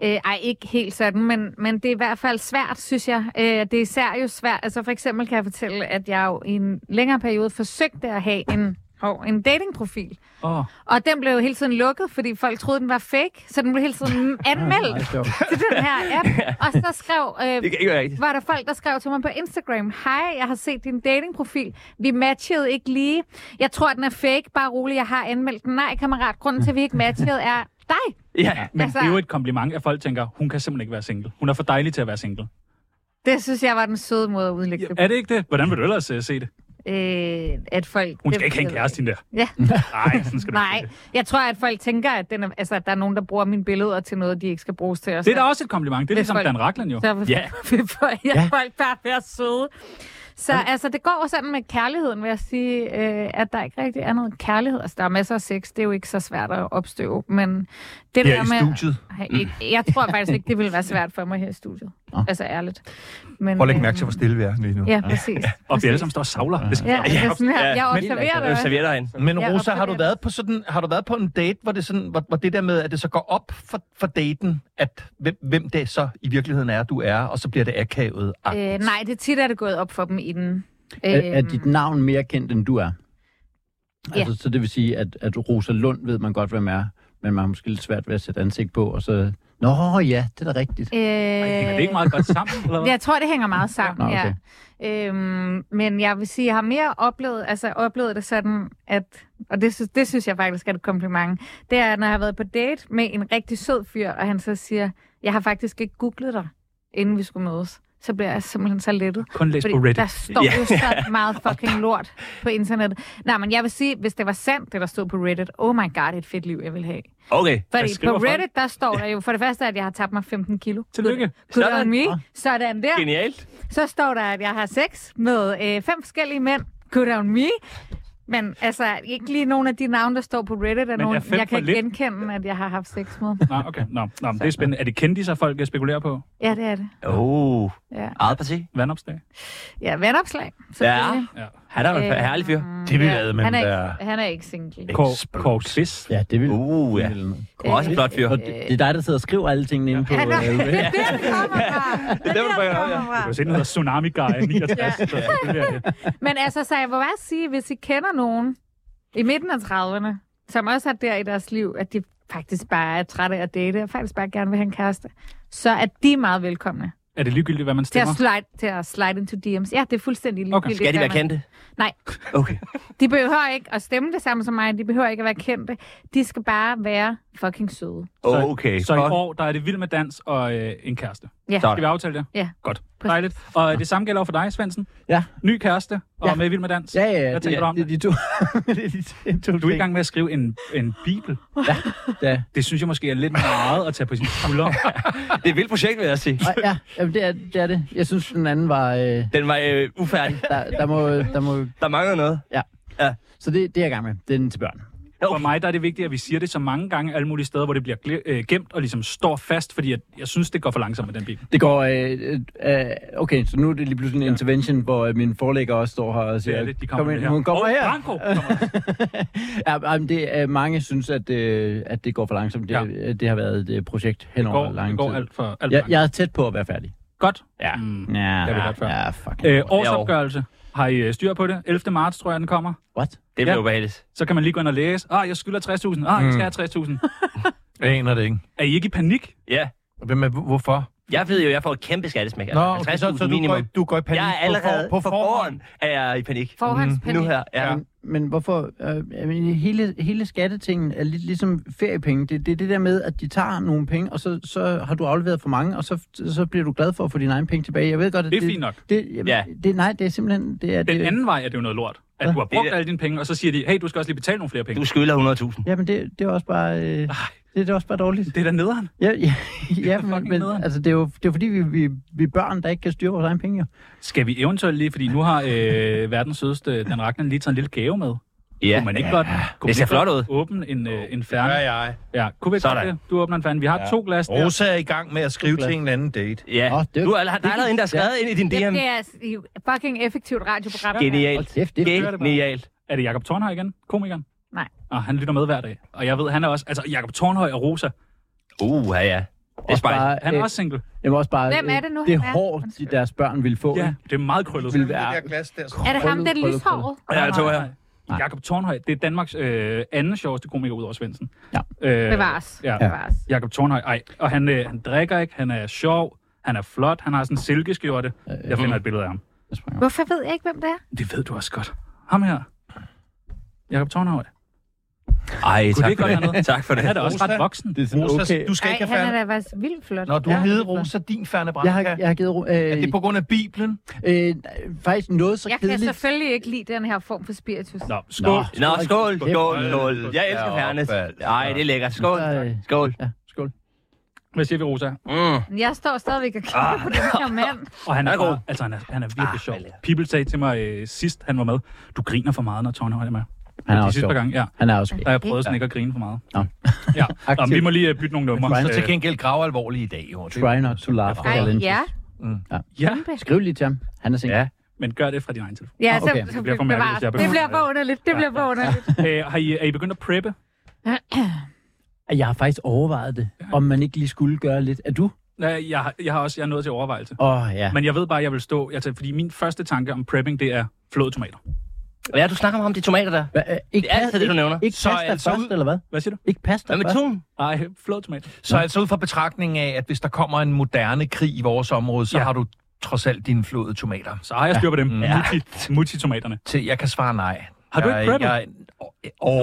S3: Øh, ej, ikke helt sådan, men, men det er i hvert fald svært, synes jeg. Øh, det er især jo svært. Altså for eksempel kan jeg fortælle, at jeg jo i en længere periode forsøgte at have en, hov, en datingprofil.
S1: Åh, oh,
S3: Og den blev jo hele tiden lukket, fordi folk troede, den var fake. Så den blev hele tiden
S4: <laughs>
S3: anmeldt
S5: Meget sjovt.
S3: til den her app. Og så skrev,
S4: Det
S3: øh,
S4: kan ikke være rigtigt.
S3: var der folk, der skrev til mig på Instagram, hej, jeg har set din datingprofil. Vi matchede ikke lige. Jeg tror, den er fake. Bare rolig, jeg har anmeldt den. Nej, kammerat, grunden til, at vi ikke matchede, er dig.
S4: Ja.
S1: men altså...
S3: Altså-
S1: det er jo et kompliment, at folk tænker, hun kan simpelthen ikke være single. Hun er for dejlig til at være single.
S3: Det synes jeg var den søde måde at udlægge det på.
S1: Er det ikke det? Hvordan vil du ellers uh, se det?
S3: Øh, at folk...
S1: Hun
S3: det-
S1: skal ikke have en kæreste, hende der.
S3: Ja.
S1: Nej, sådan skal du ikke
S3: Nej,
S1: sige
S3: jeg tror, at folk tænker, at, den er, altså, at der er nogen, der bruger mine billeder til noget, de ikke skal bruges til.
S1: det. Det er da også et kompliment. Det er
S3: Det er
S1: ligesom
S3: folk-
S1: Dan Rakland jo.
S3: Så vil
S1: Ja.
S3: <laughs> ja. folk, ja, folk bare være søde. Så altså, det går jo sådan med kærligheden, vil jeg sige, øh, at der ikke rigtig er noget kærlighed. Altså, der er masser af sex, det er jo ikke så svært at opstøve, men det
S2: Her
S3: der
S2: i
S3: med...
S2: studiet.
S3: Ej, ikke- Jeg tror faktisk ikke, det ville være svært for mig her i studiet. Altså, ærligt. Men,
S2: Prøv at lægge mærke
S3: øhm,
S2: til, hvor stille vi er lige nu.
S3: Ja, præcis.
S1: Og vi alle sammen står og savler. Det skal
S3: Ja, det er sådan her. Jeg
S4: Ja,
S3: observerer det.
S4: Servietter herinde.
S2: Men
S3: Ja,
S2: Rosa, har du
S3: absolut.
S2: været på sådan, har du været på en date, hvor det, sådan, hvor, hvor det der med, at det så går op for, for daten, at hvem, hvem det så i virkeligheden er, du er, og så bliver det akavet.
S3: Øh, nej, det tit er det gået op for dem inden.
S5: Er, er
S3: Øhm,
S5: dit navn mere kendt, end du er?
S3: Ja.
S5: Altså, så det vil sige, at, at Rosa Lund ved man godt, hvem er, men man har måske lidt svært ved at sætte ansigt på, og så... Nå ja, det er da rigtigt.
S1: Ej, hænger det
S3: Øh,
S1: ikke meget godt sammen, eller hvad?
S3: Jeg tror, det hænger meget sammen,
S5: Nå, okay.
S3: ja. Øhm, men jeg vil sige, jeg har mere oplevet, altså, oplevet det sådan, at, og det synes, det synes jeg faktisk er et kompliment, det er, når jeg har været på date med en rigtig sød fyr, og han så siger, jeg har faktisk ikke googlet dig, inden vi skulle mødes. Så bliver jeg simpelthen så lettet.
S1: Kun læs på Reddit.
S3: der står
S4: Ja.
S3: jo så meget fucking lort på internettet. Nej, men jeg vil sige, hvis det var sandt, det der stod på Reddit, oh my god, det er et fedt liv, jeg vil have.
S4: Okay.
S1: Hvad
S3: Fordi
S1: skriver
S3: på
S1: folk?
S3: Reddit, der står der jo for det første, at jeg har tabt mig 15 kilo.
S1: Tillykke.
S3: Good
S4: Sådan.
S3: on me. Sådan der.
S4: Genialt.
S3: Så står der, at jeg har sex med øh, fem forskellige mænd. Good on me. Men altså, ikke lige nogen af de navne, der står på Reddit, er
S1: er
S3: nogen,
S1: fem
S3: jeg
S1: for
S3: kan
S1: lidt?
S3: genkende, at jeg har haft sex med.
S1: Nå, okay. Nå, nå, men det er spændende. Er det kendiser, folk spekulerer på?
S3: Ja, det er det.
S4: Oh,
S3: Ja,
S4: eget parti.
S1: Vandopslag?
S3: ja vandopslag. selvfølgelig.
S1: Ja.
S4: Han er jo en
S3: Øh,
S4: herlig fyr.
S2: Det vil
S3: ja,
S2: jeg med
S3: han, er
S2: der.
S3: ikke, han er ikke single.
S1: Kåre Kåre Kvist?
S5: Ja, det vil
S4: Uh, ja.
S3: Øh,
S4: Også en flot fyr.
S5: Og det, det er dig, der sidder og skriver alle tingene inde på...
S3: Han er,
S5: øh,
S3: det er der, det kommer fra. Det
S4: der,
S3: er
S4: det
S3: der, det
S4: kommer
S3: kommer
S1: Du
S3: fra.
S1: kan se, den hedder Tsunami Guy 69. så det er det.
S3: Men altså, så jeg vil bare sige, hvis I kender nogen i midten af 30'erne, som også har der i deres liv, at de faktisk bare er trætte af at date, og faktisk bare gerne vil have en kæreste, så er de meget velkomne
S1: Er det ligegyldigt, hvad man
S3: til at,
S1: stemmer?
S3: slide, til at slide into DM's. Ja, det er fuldstændig ligegyldigt.
S1: Okay.
S3: Okay.
S4: Skal de være kendte?
S3: Nej.
S4: Okay.
S3: De behøver ikke at stemme det samme som mig, de behøver ikke at være kendte. De skal bare være fucking søde.
S4: Okay.
S1: Så i år, der er det vild med dans og øh, en kæreste.
S3: Ja.
S1: Skal vi aftale det?
S3: Ja.
S1: Godt.
S3: Præcis.
S1: Dejligt. Og øh, det samme gælder over for dig, Svendsen.
S5: Ja.
S1: Ny kæreste og
S5: Ja.
S1: med i vild med dans.
S5: Ja, ja, ja.
S1: Hvad
S5: det,
S1: tænker du om
S5: det, er de to, det er de to
S1: Du er i
S5: ting.
S1: gang med at skrive en, en bibel.
S5: Ja.
S1: Det synes jeg måske er lidt meget at tage på sine
S5: <laughs>
S1: skulder.
S4: Det er et vildt projekt, vil jeg sige.
S5: Og, ja, jamen, det, er, det er det. Jeg synes, den anden var... Øh,
S4: Den var øh, ufærdig.
S5: der, der, må, der må...
S4: Der mangler noget.
S5: Så det, det er jeg i gang med. Den til børn.
S1: For mig der er det vigtigt, at vi siger det så mange gange alle mulige steder, hvor det bliver gle- øh, gemt og ligesom står fast, fordi jeg, jeg synes, det går for langsomt med den bibel.
S5: Det går... Øh, øh, øh, okay, så nu er det lige pludselig en intervention, hvor øh, min forlægger også står her og
S1: Det
S5: siger...
S1: er det, de kommer
S5: kom
S1: med
S5: ind,
S1: her.
S5: Hun kommer
S1: Og
S5: her.
S1: Branko kommer.
S5: <laughs> Ja, jamen, det, øh, mange synes, at, øh, at det går for langsomt. Det,
S1: Ja.
S5: ja. det har været et øh, projekt hen over
S1: Går, det
S5: lang
S1: går
S5: tid.
S1: alt for alt for
S5: Jeg,
S1: langt.
S5: jeg er tæt på at være færdig.
S1: Godt.
S5: Ja.
S1: Mm.
S5: Ja,
S1: har vi hørt før.
S5: ja fuck.
S1: Øh,
S5: Øh,
S1: årsopgørelse. Har I øh, styr på det? 11. marts, tror jeg, den kommer.
S5: What?
S4: Det
S1: Ja.
S4: blev ubehageligt.
S1: Så kan man lige gå ind og læse. Ah, jeg skylder 60.000.
S5: Mm.
S1: Ah, jeg skal have 60.000.
S2: Jeg aner det ikke.
S1: er I ikke i panik?
S4: Ja.
S2: Hvem er, hvorfor?
S4: Jeg ved jo, jeg får et kæmpe skattesmæk.
S2: Nå,
S4: Altså,
S2: okay, så,
S4: 50.000
S2: så du, går, i-
S4: minimum.
S2: du går i panik
S4: Jeg er allerede
S2: på, for, på
S4: forhånd,
S2: forhånd.
S4: er jeg i panik.
S3: Forhåndspanik.
S4: Nu her, ja.
S5: Men, men hvorfor? Øh, jeg mener, hele, hele skattetingen er lidt ligesom feriepenge. Det er det, er det der med, at de tager nogle penge, og så, så har du afleveret for mange, og så, så bliver du glad for at få dine egne penge tilbage. Jeg ved godt, at
S1: Det er fint nok.
S5: Det, jamen,
S4: Ja.
S5: ja. det, nej, det er simpelthen... Det er,
S1: Den
S5: det,
S1: anden vej er det jo noget lort. At du har brugt alle dine penge, og så siger de, hey, du skal også lige betale nogle flere penge.
S4: Du skylder 100.000.
S5: Jamen, det, det er også bare... Øh, det, det er også bare dårligt.
S1: Det er da nederen.
S5: Ja,
S1: <laughs>
S5: ja, ja men,
S1: fucking
S5: men
S1: nederen.
S5: altså, det, er jo, det er jo fordi, vi, vi, vi er børn, der ikke kan styre vores egen penge. Jo.
S1: Skal vi eventuelt lige, fordi nu har øh, verdens sødeste Dan Ragnar lige taget en lille gave med.
S4: Ja.
S1: Kunne man ikke godt, kunne
S4: Det ser
S1: man ikke
S4: flot
S1: godt
S4: ud.
S1: Åbne en, øh, en
S2: Ja,
S1: færne.
S2: jeg.
S1: Ja, kunne vi ikke
S4: Sådan.
S1: godt det? Du åbner en færne. Vi har to glas der.
S2: Rosa er i gang med at skrive til en anden date.
S4: Ja.
S5: Nå, det er-
S4: du er, der er allerede en, der er skrevet ind i din
S3: Det,
S4: DM.
S3: det er altså et fucking effektivt radioprogram.
S5: Hold
S4: Genialt.
S5: kæft, det er
S4: Genialt.
S1: Er det Jakob Tornhøj igen? Komikeren?
S3: Nej.
S1: Og han lytter med hver dag. Og jeg ved, han er også... Altså, Jakob Tornhøj og Rosa,
S4: Uh, ja, ja. Det er
S5: også
S4: spejl.
S5: bare,
S1: han er
S5: øh,
S1: også single.
S5: Jamen også bare, øh,
S3: Hvem er det nu,
S5: Det
S3: han er?
S5: hår, de
S3: Undskyld.
S5: deres børn ville få.
S1: Ja,
S5: Ja.
S1: det er meget krøllet.
S5: Vil
S2: Det
S5: være
S2: der glas der,
S3: Er det ham, den
S5: Krøllet,
S3: lyshåret?
S4: Ja, jeg tror jeg.
S1: Nej. Jakob Tornhøj, det er Danmarks øh, anden sjoveste komiker ud over Svendsen.
S5: Ja.
S1: Øh,
S3: Bevares.
S1: Ja.
S3: Bevares.
S1: Jakob Tornhøj, ej. Og han, øh, han drikker ikke, han er sjov, han er flot, han har sådan en silkeskjorte.
S5: Øh,
S1: Jeg
S5: mm.
S1: finder et billede af ham.
S5: Jeg springer.
S3: Hvorfor ved jeg ikke, hvem det er?
S1: Det ved du også godt. Ham her. Jakob Tornhøj.
S4: Ej,
S1: Kunne det
S4: tak
S1: ikke
S4: for
S1: godt være
S4: det.
S1: noget?
S4: Tak for det.
S1: Han er da også ret voksen.
S5: Det er sådan,
S2: Rosa,
S5: okay.
S2: du skal
S3: Nej,
S2: ikke have
S3: han
S2: færne.
S3: er da faktisk vildt flot.
S2: Når du
S3: Ja,
S2: har givet
S3: vildt flot.
S2: Rosa din færne
S5: Jeg
S2: Branca,
S5: har,
S2: er
S5: jeg har givet... ro- Øh,
S2: det på grund af Bibelen?
S5: øh, faktisk noget så
S3: Jeg kan
S5: kedeligt.
S3: selvfølgelig ikke lide den her form for spiritus.
S1: Nå, skål. Nå.
S4: Nå, skål, skål, skål. Jeg elsker
S2: Ja,
S4: Fernet.
S2: opfald.
S4: Ej, det er lækkert. Skål,
S5: Ej.
S4: skål.
S5: Ja, øh, skål.
S1: Hvad siger vi, Rosa?
S4: Mm.
S3: Men Jeg står stadigvæk og kigger på den her mand.
S1: Og han er,
S4: Han er
S1: er
S4: god.
S1: altså, han er, han er virkelig ah,
S4: Ah,
S1: sjov.
S4: vel, ja.
S1: People sagde til mig øh, sidst, han var med, du griner for meget, når Tornhøj er med.
S5: Han er
S1: De
S5: også
S1: sidste
S5: sjov.
S1: par gange, ja.
S5: Han er også
S1: Der har jeg prøvet sådan ikke at grine for meget.
S5: Nå.
S1: ja. Nå,
S5: Aktiv.
S1: men vi må lige øh, bytte nogle numre.
S5: Try-
S2: Så til gengæld grav alvorlig i dag, jo. Det-
S5: Try not to laugh.
S3: Ej,
S5: Challenges.
S3: ja.
S1: ja,
S5: Skriv lige til ham. Han er single.
S4: Ja.
S5: Ja.
S1: men gør det fra din egen
S3: <laughs>
S1: telefon.
S3: Ja,
S5: Ah,
S3: så,
S5: okay.
S3: så
S1: Det bliver for mærkeligt,
S3: bevares.
S1: hvis jeg
S3: Det
S1: begynder
S3: bliver
S1: at-
S3: for underligt. Det bliver for underligt.
S1: Æ, Øh, har I, er I begyndt at preppe?
S5: Jeg har faktisk overvejet det, om man ikke lige skulle gøre lidt. Er du?
S1: Nej, jeg, har- jeg har også jeg er nået til overvejelse.
S5: Åh, oh, ja.
S1: Men jeg ved bare, at jeg vil stå... Altså, fordi min første tanke om prepping, det er flåede tomater.
S4: Ja, du snakker om de tomater der.
S5: Hva, øh, ikke
S4: Det er altid det, du
S5: ikke,
S4: nævner.
S5: ikke
S2: Så
S5: pasta
S2: altså
S5: først,
S2: ud-
S5: eller hvad?
S1: Hvad siger du?
S5: Ikke pasta
S4: Hvad med
S5: først?
S4: tun?
S1: Nej, flåede tomater.
S2: Så altså ud fra betragtningen af, at hvis der kommer en moderne krig i vores område, så
S1: Ja.
S2: har du trods alt dine flåede tomater.
S1: Så har jeg styr på dem. Ja. Multitomaterne.
S2: Til, jeg kan svare nej.
S1: Har du
S2: jeg,
S1: ikke preppet?
S2: Jeg,
S4: Du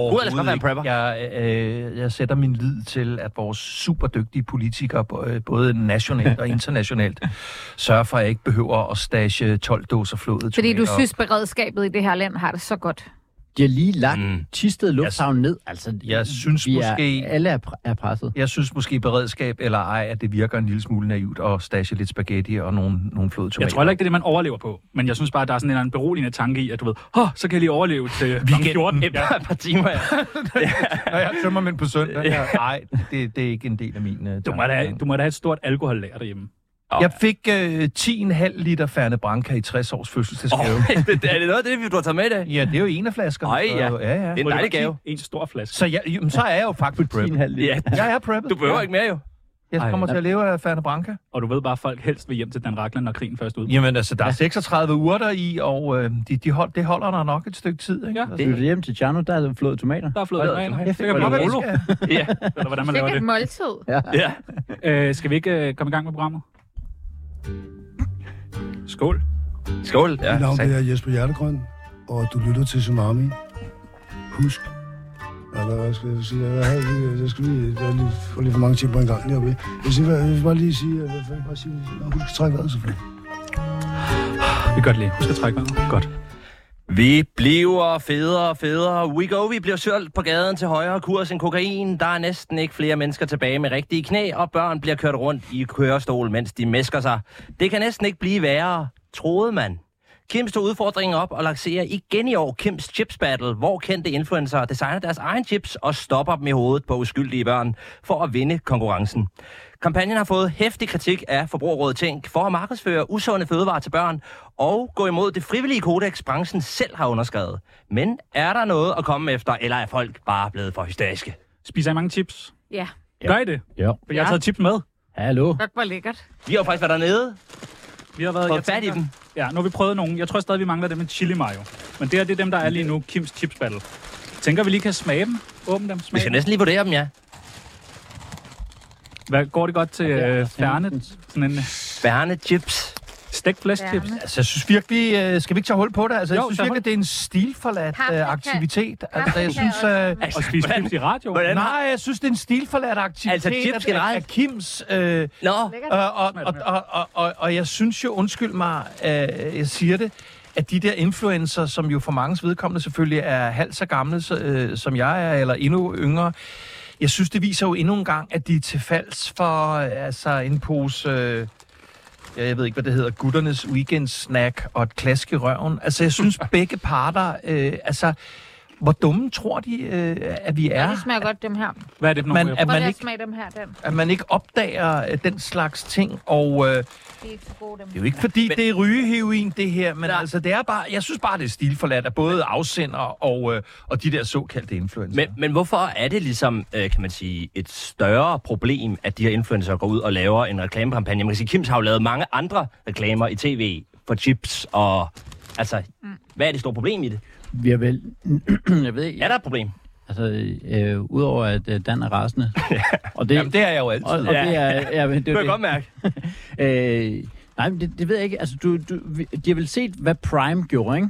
S4: kunne ellers godt være en
S2: overhovedet
S4: prepper.
S2: ikke. Jeg, øh, jeg sætter min lid til, at vores superdygtige politikere, bo- øh, både nationalt og internationalt, sørger for, at jeg ikke behøver at stashe 12 dåser flåede
S3: Fordi du
S2: tomater op.
S3: synes, beredskabet i det her land har det så godt.
S5: De har lige lagt
S4: Mm.
S5: mm. Tisted Lufthavn ned. Altså,
S2: jeg synes
S5: vi
S2: måske-
S5: Er, alle er, pre- er presset.
S2: Jeg synes måske beredskab eller ej, at det virker en lille smule naivt at stashe lidt spaghetti og nogle, nogle flåede tomater.
S1: Jeg tror heller ikke, det er det, man overlever på. Men jeg synes bare, at der er sådan en eller anden beroligende tanke i, at du ved, Hå, så kan jeg lige overleve til klokken
S2: Weekenden.
S1: 14.
S4: Et par, par timer, ja.
S2: Når jeg tømmer min på søndag, nej, det, det er ikke en del af min... øh,
S1: Du må, da,
S2: tankegang.
S1: du må da have et stort alkohollager derhjemme.
S2: Jeg fik øh, 10,5 liter Ferne Branca i 60 års fødselsdagsgave.
S4: Åh, det- Er det noget af det, du har taget med i dag?
S2: Ja, det er jo en af flaskerne.
S4: Ej, ja.
S2: Så, ja, ja.
S4: Det er en
S1: Må jeg
S4: dejlig
S1: godt
S4: gave.
S1: kigge? En stor flaske.
S2: Så, jeg, jamen, så er jeg jo faktisk prepped.
S5: 10,5 liter.
S4: Ja,
S2: Jeg er prepped.
S4: du behøver ikke mere jo.
S2: Jeg kommer
S5: Ej.
S2: til at leve af Ferne Branca.
S1: Og du ved bare, at folk helst vil hjem til Dan Racklin, når krigen først ud.
S2: Jamen altså, der er 36 urter i, og øh, de, de hold, det holder der nok et stykke tid. Ikke?
S1: Ja.
S2: Altså,
S5: Du er hjem til Tjerno, der er flået tomater.
S1: Der er flået tomater.
S5: tomater.
S1: Det kan blive
S2: Nå,
S1: rolo,
S2: hvad skal-
S4: Ja,
S1: eller hvordan man laver
S3: Sikkert
S1: det.
S3: måltid.
S4: ja.
S1: Øh, skal vi ikke øh, komme i gang med programmet? Skål.
S4: Skål. Ja,
S7: Mit navn
S4: tak.
S7: det er Jesper Hjertegrøn, og du lytter til Tsunami. Husk. Eller hvad skal jeg sige? Jeg, havde lige, jeg skal lige, jeg har lige, får lige for mange ting på en gang deroppe. Jeg vil, sige, jeg vil bare lige sige, jeg vil bare sige, husk at trække vejret selvfølgelig.
S1: Vi kan godt lige. Husk at trække vejret. Godt.
S4: Vi bliver federe og federe. We go, vi bliver sølt på gaden til højere kurs end kokain. Der er næsten ikke flere mennesker tilbage med rigtige knæ, og børn bliver kørt rundt i kørestol, mens de mesker sig. Det kan næsten ikke blive værre, troede man. Kim tog udfordringen op og lancerer igen i år Kims Chips Battle, hvor kendte influencer designer deres egen chips og stopper dem i hovedet på uskyldige børn for at vinde konkurrencen. Kampagnen har fået hæftig kritik af Forbrugerrådet Tænk for at markedsføre usunde fødevarer til børn og gå imod det frivillige kodex, branchen selv har underskrevet. Men er der noget at komme efter, eller er folk bare blevet for hysteriske?
S1: Spiser I mange chips?
S3: Ja,
S1: Ja. Gør I det?
S5: Ja.
S1: For jeg har
S3: Ja.
S1: taget chips med.
S5: Hallo.
S3: godt var lækkert.
S4: Vi har jo faktisk været dernede,
S1: Vi har været,
S4: fået fat i
S1: tænker-
S4: dem.
S1: Ja, nu har vi prøvet nogen. Jeg tror stadig, vi mangler dem med chili mayo. Men det her, det er dem, der er lige nu. Kims Chips Battle. Tænker vi lige kan smage dem? Åbne dem,
S4: Vi
S1: smage
S4: skal
S1: dem.
S4: næsten lige vurdere dem, ja.
S1: Hvad, går det godt til øh, færnet?
S5: Henriksen.
S1: Sådan en øh,
S4: Bærende chips.
S1: stegt flæskchips?
S3: Færnet.
S2: Altså, jeg synes virkelig, øh, skal vi ikke tage hul på det? Altså,
S1: Jo,
S2: jeg synes
S1: tag hul.
S2: virkelig, det er en stilforladt
S3: Paprika.
S2: øh, aktivitet. Altså,
S3: Paprika
S2: jeg synes,
S3: også.
S2: øh,
S4: Altså,
S1: Og spise
S4: hvordan-
S1: chips i radio?
S4: hvordan-
S2: Nej, jeg synes, det er en stilforladt aktivitet
S4: Altså, chips
S2: at-
S4: generelt?
S2: af Kims. Øh, øh,
S4: Nå,
S3: Lækkert.
S2: og, og, og, og, og, og jeg synes jo, undskyld mig, øh, jeg siger det, at de der influencer, som jo for manges vedkommende selvfølgelig er halvt så gamle, så, øh, som jeg er, eller endnu yngre, jeg synes, det viser jo endnu en gang, at de er til falds for øh, altså, en pose... Øh, ja, jeg ved ikke, hvad det hedder, gutternes weekendsnack og et klask i røven. Altså, jeg synes begge parter, øh, altså, Hvor dumme tror de, øh, at vi
S3: Ja.
S2: er?
S3: Det smager godt, dem her.
S1: Hvad er det for nogle øh,
S2: Man
S1: man, er...
S2: er- At
S3: Prøv
S2: man
S3: lige at
S2: ikke-
S3: smage dem her, den.
S2: At man ikke opdager øh, den slags ting, og... Øh,
S3: De er ikke så gode, dem.
S2: Det er jo ikke fordi,
S4: Men-
S2: det er rygeheroin, det her, men altså, det er bare, jeg synes bare, det er stilforladt af både afsender og, øh, og de der såkaldte influencer.
S4: Men, men hvorfor er det ligesom, øh, kan man sige, et større problem, at de her influencer går ud og laver en reklamekampagne? Man kan sige, Kims har jo lavet mange andre reklamer i tv for chips og... Altså, mm. hvad er det store problem i det?
S5: Vi har vel... <clears throat> jeg ved ikke.
S4: Er der et problem?
S5: Altså, øh, udover at øh, Dan er
S4: <laughs>
S5: rasende. og det,
S2: Jamen, det er jeg jo altid.
S5: og, og det er... Ja, men det er
S4: Det kan jeg
S5: jo det.
S4: godt mærke.
S5: <laughs> Øh, nej, men det, det ved jeg ikke. Altså, du, du, vi- de har vel set, hvad Prime gjorde, ikke?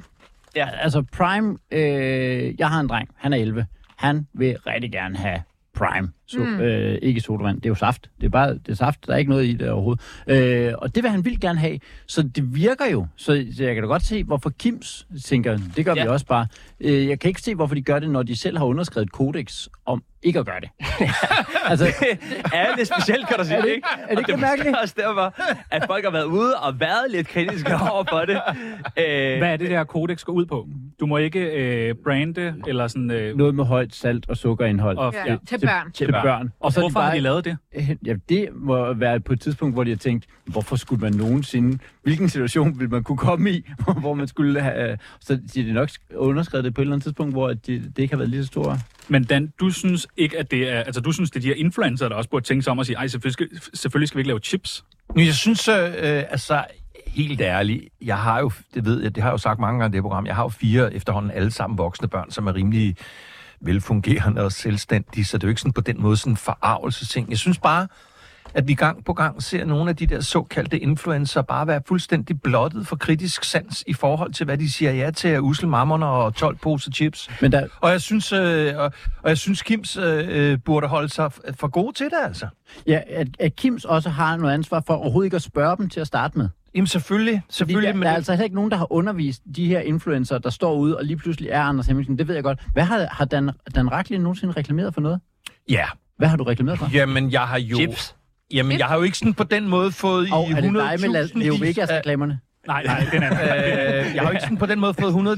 S4: Ja.
S5: Altså, Prime... Øh, jeg har en dreng. Han er 11. Han vil rigtig gerne have Prime. So, mm. øh, ikke sodavand. Det er jo saft. Det er bare det er saft. Der er ikke noget i det overhovedet. Øh, og det vil han vildt gerne have. Så det virker jo. Så, så jeg kan da godt se, hvorfor Kims tænker, det gør ja.
S4: Ja.
S5: vi også bare. Øh, jeg kan ikke se, hvorfor de gør det, når de selv har underskrevet et kodex om ikke at gøre det. altså,
S4: <laughs> er det specielt, kan du sige, ikke?
S5: er det
S4: Og
S5: ikke lidt
S4: måske
S5: mærkeligt?
S4: også derfor, at folk har været ude og været lidt
S5: <laughs>
S4: kritiske over for det. Øh,
S1: Hvad er det der kodex går ud på? Du må ikke øh, brande eller sådan... Øh,
S5: noget med højt salt og sukkerindhold. Øh,
S1: og,
S3: Ja, til børn.
S5: til børn. børn.
S1: Og så hvorfor de bare... har de lavet det?
S5: lavet? Øh, Ja, det må være på et tidspunkt, hvor de har tænkt, hvorfor skulle man nogensinde, hvilken situation ville man kunne komme i, <laughs> hvor man skulle have... øh, Så de har nok underskrevet det på et eller andet tidspunkt, hvor de, det ikke har været lige så stort.
S1: Men Dan, du synes ikke, at det er... Altså, du synes, det er de her influencer, der også burde tænke sig om og sige, ej, selvfølgelig skal, selvfølgelig skal vi ikke lave chips.
S2: Men jeg synes, øh, øh, altså, helt ærligt, jeg har jo, det ved jeg, det har jeg jo sagt mange gange i det her program, jeg har jo fire efterhånden alle sammen voksne børn, som er rimelig velfungerende og selvstændige, så det er jo ikke sådan på den måde sådan en forarvelsesting. Jeg synes bare, at vi gang på gang ser nogle af de der såkaldte influencer bare være fuldstændig blottet for kritisk sans i forhold til, hvad de siger ja til af usle mammoner og 12 poser chips.
S5: Men der,
S2: Og jeg synes, øh, og, og jeg synes Kims øh, øh, burde holde sig f- for gode til det, altså.
S5: ja, at, at Kims også har noget ansvar for overhovedet ikke at spørge dem til at starte med.
S2: Jamen selvfølgelig,
S5: Fordi der,
S2: selvfølgelig. men
S5: der er
S2: det-
S5: altså heller ikke nogen, der har undervist de her influencer, der står ude og lige pludselig er Anders Hemmingsen. Det ved jeg godt. Hvad har, har Dan, Dan Racklin nogensinde reklameret for noget?
S2: Ja,
S5: Hvad har du reklameret for?
S2: Jamen, jeg har jo...
S4: Chips.
S2: Jamen, jeg har jo ikke sådan på den måde fået i
S5: Og er
S2: 100.000...
S5: det dig med La- Leo Vegas-reklamerne?
S1: Nej, nej, den er...
S5: <laughs>
S2: Øh, jeg har jo ikke sådan på den måde fået 100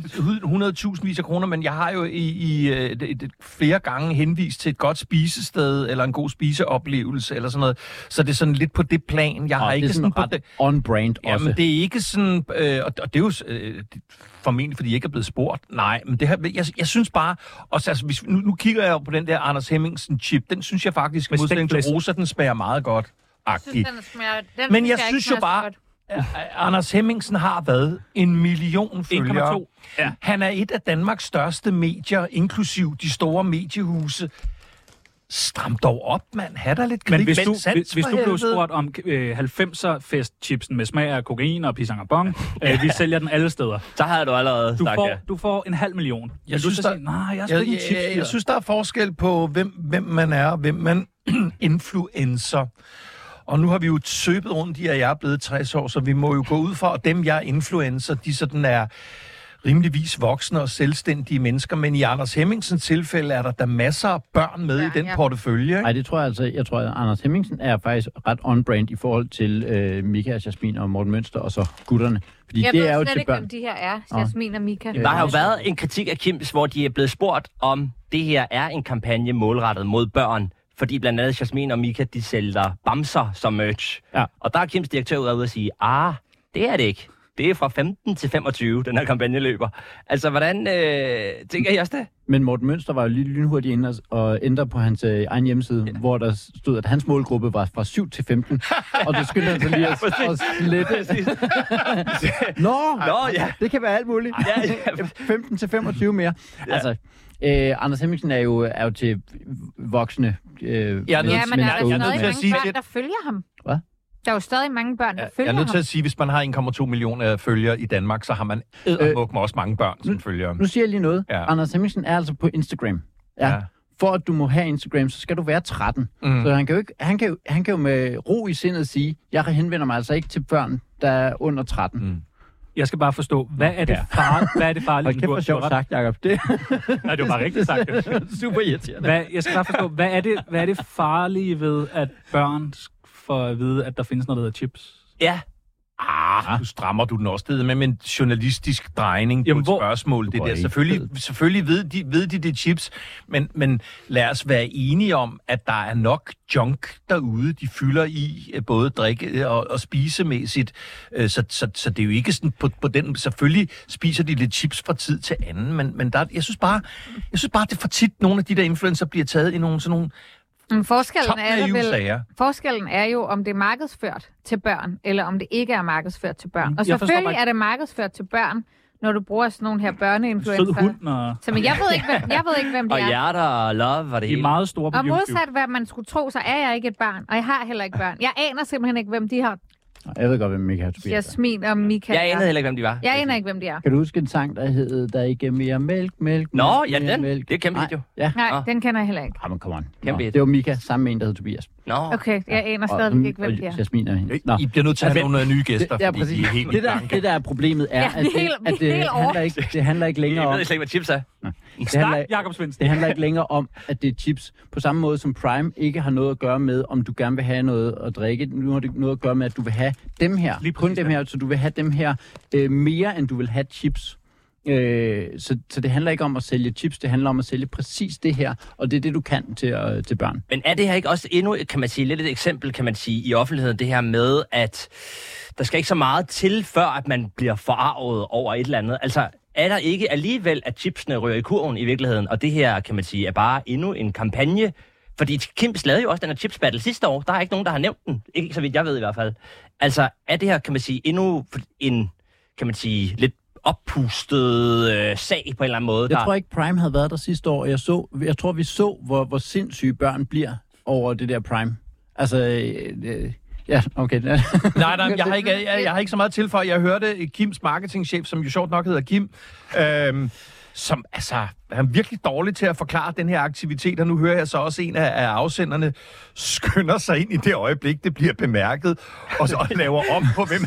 S2: 100.000 vis af kroner, men jeg har jo i, i øh, et, et, et, flere gange henvist til et godt spisested, eller en god spiseoplevelse, eller sådan noget. Så det er sådan lidt på det plan. Jeg har
S5: Og
S2: ikke
S5: det er
S2: sådan,
S5: sådan
S2: på
S5: ret
S2: det...
S5: on-brand også.
S2: Jamen, det er ikke sådan... Øh, og, og det er jo øh, det- formentlig, fordi jeg ikke er blevet spurgt. Nej, men det her, jeg, jeg synes bare... Og så, altså, hvis, nu, nu kigger jeg jo på den der Anders Hemmingsen-chip. Den synes jeg faktisk, i
S1: Respekt,
S2: modsætning til
S1: Chris.
S2: Rosa, den smager meget godt.
S3: Jeg synes, den smager, den
S2: Men jeg
S3: ikke
S2: synes jo
S3: smager så
S2: bare,
S3: godt.
S2: at Anders Hemmingsen har været en million følgere.
S1: 1,2. Ja.
S2: Han er et af Danmarks største medier, inklusiv de store mediehuse. Stram dog op, mand. Ha' da lidt
S1: Men
S2: kritik.
S1: hvis du,
S2: Vend sans
S1: hvis,
S2: for
S1: hvis du blev
S2: helvede.
S1: spurgt om øh, 90'er-fest-chipsen med smag af kokain og pisang og bong, øh, vi sælger den alle steder.
S4: så havde du allerede
S1: Du
S4: sagt
S1: får,
S4: ja.
S1: du får en halv million. Jeg vil
S2: synes,
S1: du så
S2: der-
S1: sige, nej, jeg er sgu
S2: Jeg,
S1: ikke en
S2: jeg,
S1: chips
S2: jeg, jeg synes, der er forskel på, hvem, hvem man er, og hvem man <clears throat> influencer. Og nu har vi jo søbet rundt i, at jeg er blevet 60 år, så vi må jo gå ud fra, at dem, jeg er influencer, de sådan er rimeligvis voksne og selvstændige mennesker. Men i Anders Hemmingsens tilfælde er der da masser af børn med ja, i
S3: Børn,
S2: den
S3: ja.
S2: ja. portefølje.
S5: Nej,
S2: Ikke?
S5: det tror jeg altså. Jeg tror, at Anders Hemmingsen er faktisk ret on-brand i forhold til øh, Mika, Jasmin og Morten Mønster og så gutterne. Fordi
S3: Jeg
S5: det
S3: ved
S5: er jo
S3: slet
S5: til
S3: ikke,
S5: børn.
S3: hvem de her er,
S5: Nå.
S3: Jasmin og Mika.
S4: Der har jo været en kritik af Kims, hvor de er blevet spurgt, om det her er en kampagne målrettet mod børn. Fordi blandt andet Jasmin og Mika, de sælger bamser som merch.
S5: Ja.
S4: Og der er Kims direktør ude og sige, ah, det er det ikke. Det er fra 15 til 25, den her kampagne løber. Altså, hvordan øh, tænker I
S5: <laughs>
S4: også det?
S5: Men Morten Mønster var jo lige lynhurtigt inde og- og ændre på hans øh, egen hjemmeside, ja. hvor der stod, at hans målgruppe var fra 7 til 15. og det skyndte han sig lige at, at slette. Nå,
S4: Nå, ja.
S5: det kan være alt muligt.
S4: Ja,
S5: <laughs>
S4: ja.
S5: 15 til 25 mere. Ja. Altså, øh, Anders Hemmingsen er jo, er jo til voksne. Øh,
S2: Jeg er nødt
S3: Ja,
S2: til-
S3: men altså,
S2: men
S3: der er
S2: jeg- jeg
S3: der
S2: er
S3: stadig
S2: nødt til at
S3: mange
S2: sige
S3: børn,
S2: lidt-
S3: der følger ham.
S5: Hvad?
S3: Der er jo stadig mange børn, der
S2: Jeg jeg
S3: følger
S2: er nødt til
S3: ham.
S2: at sige, at hvis man har 1,2 millioner følgere i Danmark, så har man eddermuk med også mange børn som følgere.
S5: Nu siger jeg lige noget. Ja.
S2: Ja.
S5: Anders Hemmingsen er altså på Instagram. Ja. ja.
S2: Ja.
S5: For at du må have Instagram, så skal du være 13. Mm. Så han kan, jo ikke, han, kan jo, han kan jo med ro i sindet sige, jeg henvender mig altså ikke til børn, der er under 13. Mm.
S1: Jeg skal bare forstå, hvad er det, far, hvad er det farlige?
S5: Hold kæft,
S1: du
S5: hvor
S1: har- du
S5: sjovt
S1: har ret.
S5: sagt, Jacob. Det
S1: Nej, det var bare rigtigt sagt. jo.
S5: er <laughs> super irriterende.
S1: Hvad, jeg skal bare forstå, hvad er, det, hvad er det farlige ved, at børn sk- får at vide, at der findes noget, der hedder chips?
S4: Ja,
S2: Ah, nu strammer du den også. Det der med med en journalistisk drejning Jamen, på
S1: Jamen,
S2: et
S1: hvor-
S2: spørgsmål. Det
S5: går
S2: der.
S5: ikke.
S2: Selvfølgelig, selvfølgelig ved, de, ved de det er chips, men, men lad os være enige om, at der er nok junk derude, de fylder i, øh, både drikke- og, og spisemæssigt. Øh, Så, så, så det er jo ikke sådan på, på den... Selvfølgelig spiser de lidt chips fra tid til anden, men, men der, jeg, synes bare, jeg synes bare, det er for tit, nogle af de der influencer bliver taget i nogle sådan nogle
S3: Men forskellen er, der
S2: topnaive
S3: vel,
S2: sager.
S3: forskellen er jo, om det er markedsført til børn, eller om det ikke er markedsført til
S2: Mm,
S3: børn. Og
S5: Jeg forstår
S3: selvfølgelig
S5: bare-
S3: er det markedsført til børn, når du bruger sådan nogle her
S1: Sød
S3: børneinfluencer.
S1: hund, og
S3: Så men jeg ved ikke, hvem, jeg ved ikke,
S4: <laughs>
S3: hvem
S4: Og
S3: det er.
S4: hjerter og love var det
S1: de er
S4: hele.
S1: meget store på
S3: Og
S1: YouTube.
S3: modsat hvad man skulle tro, så er jeg ikke et barn, og jeg har heller ikke børn. Jeg aner simpelthen ikke, hvem de har.
S5: Nå, Jeg ved godt, hvem Michael Tobias er.
S3: Jasmin og Mika.
S4: Jeg anede heller ikke, hvem de var.
S3: jeg aner ikke, hvem de er.
S5: Kan du huske en sang, der hed, der er ikke mere mælk, mælk,
S4: Nå,
S5: mælk,
S4: ja,
S5: mere
S4: den. Det er kæmpe
S5: Nej,
S4: hit jo.
S5: Ja.
S3: Nej,
S4: Ah.
S3: den kender jeg heller ikke.
S5: Jamen, come on. Nå,
S4: Kæmpe hit.
S5: det var Mika, sammen med en, der hed Tobias.
S4: Nå.
S3: Okay, jeg aner stadig ikke, hvem de er.
S5: Og Jasmin er hende.
S2: I bliver nødt til at have nogle øh, nye gæster,
S5: det, ja,
S2: fordi
S5: præcis.
S2: de er helt i
S5: det, der,
S2: blanke.
S5: det der er problemet er,
S3: Ja,
S5: at,
S3: vi
S5: det,
S3: er helt- vi er
S5: at det,
S3: helt over.
S5: handler ikke, det handler ikke længere
S4: Jeg
S5: om,
S4: ved slet ikke, hvad chips er.
S5: det handler,
S1: Snak, Jakob Svendsen.
S5: det handler ikke længere om, at det er chips. På samme måde som Prime ikke har noget at gøre med, om du gerne vil have noget at drikke. Nu har det noget at gøre med, at du vil have dem her.
S1: Lige
S5: Kun
S1: præcis,
S5: dem
S1: ja.
S5: her, så du vil have dem her øh, mere, end du vil have chips. Øh, så, så det handler ikke om at sælge chips, det handler om at sælge præcis det her, og det er det, du kan til, øh, til børn.
S4: Men er det her ikke også endnu, kan man sige, lidt et eksempel, kan man sige, i offentligheden, det her med, at der skal ikke så meget til, før at man bliver forarvet over et eller andet? Altså, er der ikke alligevel, at chipsene ryger i kurven i virkeligheden, og det her, kan man sige, er bare endnu en kampagne? Fordi Kims lavede jo også den her chips battle sidste år. Der er ikke nogen, der har nævnt den. Ikke så vidt jeg ved i hvert fald. Altså, er det her, kan man sige, endnu en, kan man sige, lidt oppustet øh, sag på en eller anden måde?
S5: Jeg
S4: der...
S5: tror ikke, Prime havde været der sidste år. og Jeg, så, jeg tror, vi så, hvor, hvor sindssyge børn bliver over det der Prime. Altså, øh, øh, ja, okay. <laughs>
S2: Nej, nej, jeg har ikke, jeg, jeg har ikke så meget til for. Jeg hørte Kims marketingchef, som jo sjovt nok hedder Kim, øhm, som altså, han er virkelig dårlig til at forklare den her aktivitet, og nu hører jeg så også en af, af afsenderne skynder sig ind i det øjeblik, det bliver bemærket, og så laver om på hvem.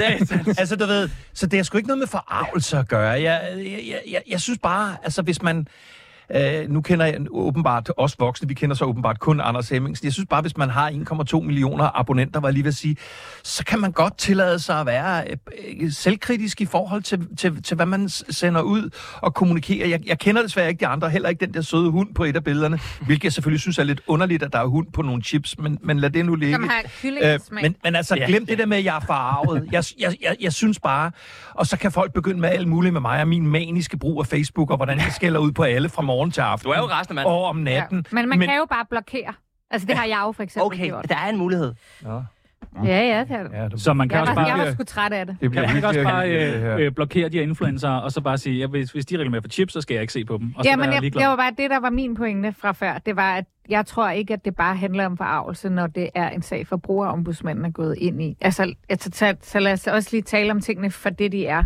S2: altså, du ved, så det har sgu ikke noget med forarvelse at gøre. Jeg, jeg, jeg, jeg, jeg synes bare, altså, hvis man... Øh, nu kender jeg åbenbart os voksne, vi kender så åbenbart kun Anders Hemmingsen. Jeg synes bare, hvis man har 1,2 millioner abonnenter, var jeg lige ved at sige, så kan man godt tillade sig at være øh, øh, selvkritisk i forhold til, til, til hvad man s- sender ud og kommunikerer. Jeg, jeg kender desværre ikke de andre, heller ikke den der søde hund på et af billederne, hvilket jeg selvfølgelig synes er lidt underligt, at der er hund på nogle chips, men, men lad det nu ligge.
S3: Som har kyllingesmag.
S2: men, men altså, glem det der med, at jeg er farvet. Jeg, jeg, jeg, jeg synes bare, og så kan folk begynde med alt muligt med mig og min maniske brug af Facebook, og hvordan jeg skælder ud på alle fra morgen til aften.
S4: Du er jo rasende, mand.
S2: Og om natten.
S3: Ja. Men man men... kan jo bare blokere. Altså, det har jeg jo for eksempel
S4: Okay,
S3: gjort.
S4: der er en mulighed.
S3: Ja, ja, det er det.
S2: Ja, du...
S1: Så man kan
S3: Jeg
S1: også
S3: var,
S1: bare...
S3: jeg var sgu træt af det.
S2: det
S1: Kan man ikke også
S2: virkelig-
S1: bare
S2: det her.
S1: øh, øh, blokere de her influencer, og så bare sige, at hvis, hvis de reklamerer for chips, så skal jeg ikke se på dem. Og så
S3: Ja, men
S1: være
S3: jeg,
S1: ligeglad.
S3: det var bare det, der var min pointe fra før. Det var, at jeg tror ikke, at det bare handler om forarvelse, når det er en sag, forbrugerombudsmanden er gået ind i. Altså, altså så, så lad os også lige tale om tingene for det, de er.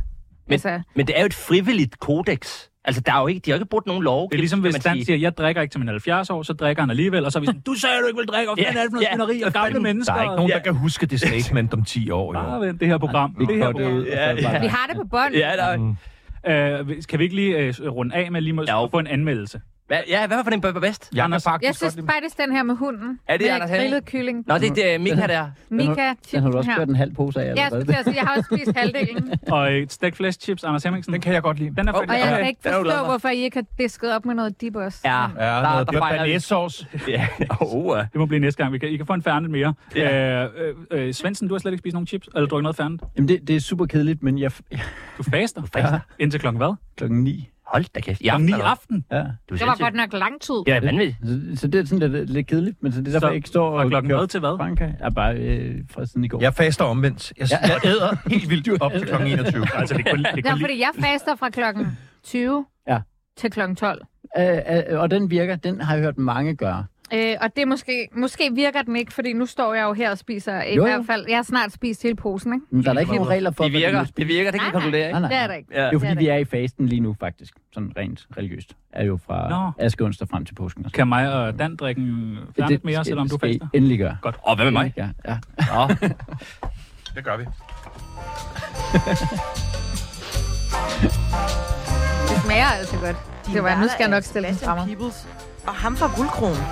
S4: Men-
S3: altså,
S4: Men det er jo et frivilligt kodex. Altså, der er jo ikke, de har ikke brugt nogen lov.
S1: Det er ligesom, hvis Dan siger, jeg drikker ikke til min 70 år, så drikker han alligevel, og så er vi sådan, du sagde, du ikke vil drikke, og
S4: Ja,
S1: fanden er det for
S4: ja.
S1: noget svineri, og gamle mennesker.
S2: Der er ikke nogen, der kan
S1: <laughs>
S2: huske det statement om 10 år. Jo.
S1: Bare vent det her program.
S5: Vi
S1: Det her
S5: går det ud, og så
S4: Ja,
S5: bare-
S3: vi har det på bånd.
S4: Ja, der, mm.
S1: program. Øh, kan vi ikke lige øh, runde af med lige måske
S4: Jo.
S1: at få en anmeldelse?
S4: hvad, ja, hvad var for den b- b- bedst?
S2: Jeg
S1: Anders-
S2: kan faktisk
S3: Jeg synes
S2: godt lide-
S3: faktisk, den her med hunden.
S4: Er det
S3: med
S4: Anders
S3: grillet
S4: Henning?
S3: kylling.
S4: Nå, det er det, Mika der.
S3: Mika,
S5: Den har du
S3: chipsen
S5: også
S3: her.
S5: kørt en halv pose af.
S3: Ja, Jeg,
S5: eller
S3: skulle
S5: hvad?
S3: til at sige, jeg har også spist halvdelen.
S1: Og øh, Stack Flash Chips, Anders Hemmingsen.
S2: Den kan jeg godt lide.
S1: Den er
S4: Åh,
S1: faktisk...
S3: Og jeg
S1: okay.
S3: kan ikke
S4: den er du glad
S3: forstå,
S4: for.
S3: hvorfor I ikke har disket op med noget dip også.
S4: Ja,
S2: Ja, noget
S4: der fejler vi.
S2: banæssauce.
S4: <laughs> Ja, oh, uh.
S1: Det må blive næste gang. Vi kan, I kan få en færnet mere.
S4: Ja.
S1: Ja. Øh, øh, øh, Svendsen, du har slet ikke spist nogen chips, eller drukket noget færnet.
S5: Jamen, det, det er super kedeligt, men jeg, jeg
S1: Du faster.
S4: faster.
S1: Indtil klokken hvad?
S5: klokken 9.
S4: Hold da kæft. I
S1: Klokken 9
S4: eller hvad?
S1: aften.
S5: Ja.
S4: Du er
S3: Det var
S4: sindssyg.
S3: godt nok lang tid.
S4: Ja, vanvittigt.
S5: Så, så det er sådan lidt, lidt kedeligt, men så det er
S1: Så
S5: derfor, jeg ikke står
S1: fra
S5: og
S1: klokken
S5: kører
S1: hvad til hvad?
S5: Franka. Ja, bare øh, fra sådan i går.
S2: Jeg faster omvendt. Jeg, jeg æder helt vildt op
S1: <laughs>
S2: til kl. 21.
S1: Altså, det er kun, det er
S3: Nå,
S1: kun lige...
S3: fordi jeg faster fra klokken 20
S5: Ja.
S3: til klokken 12.
S5: Øh, øh, og den virker, den har jeg hørt mange gøre.
S3: Øh, og det er måske, måske virker den ikke, fordi nu står jeg jo her og spiser. I
S5: Jo, jo.
S3: hvert fald, jeg har snart spist hele posen, ikke?
S5: Men der er da ikke nogen regler for,
S4: Det
S5: hvad
S4: virker,
S5: du må spise.
S4: det virker, det kan
S3: Nej,
S4: vi konkludere, ikke?
S5: Nej, nej.
S3: Det er der ikke.
S4: Ja.
S5: Det er jo
S3: Det er
S5: fordi, vi er i fasten lige nu, faktisk. Sådan rent religiøst. Er jo fra
S1: Nå.
S5: Nå. aske onsdag frem til påsken. Og sådan.
S1: Kan mig og Dan drikke en færnet mere, selvom du
S5: skal I
S1: faster?
S5: endelig gøre.
S4: Og hvad med mig?
S5: Ja, ja.
S4: Nå.
S2: Det gør vi.
S3: Det smager altså godt. Det var, nu skal jeg nok stille den fra mig.
S8: Peoples, og ham fra Guldkronen.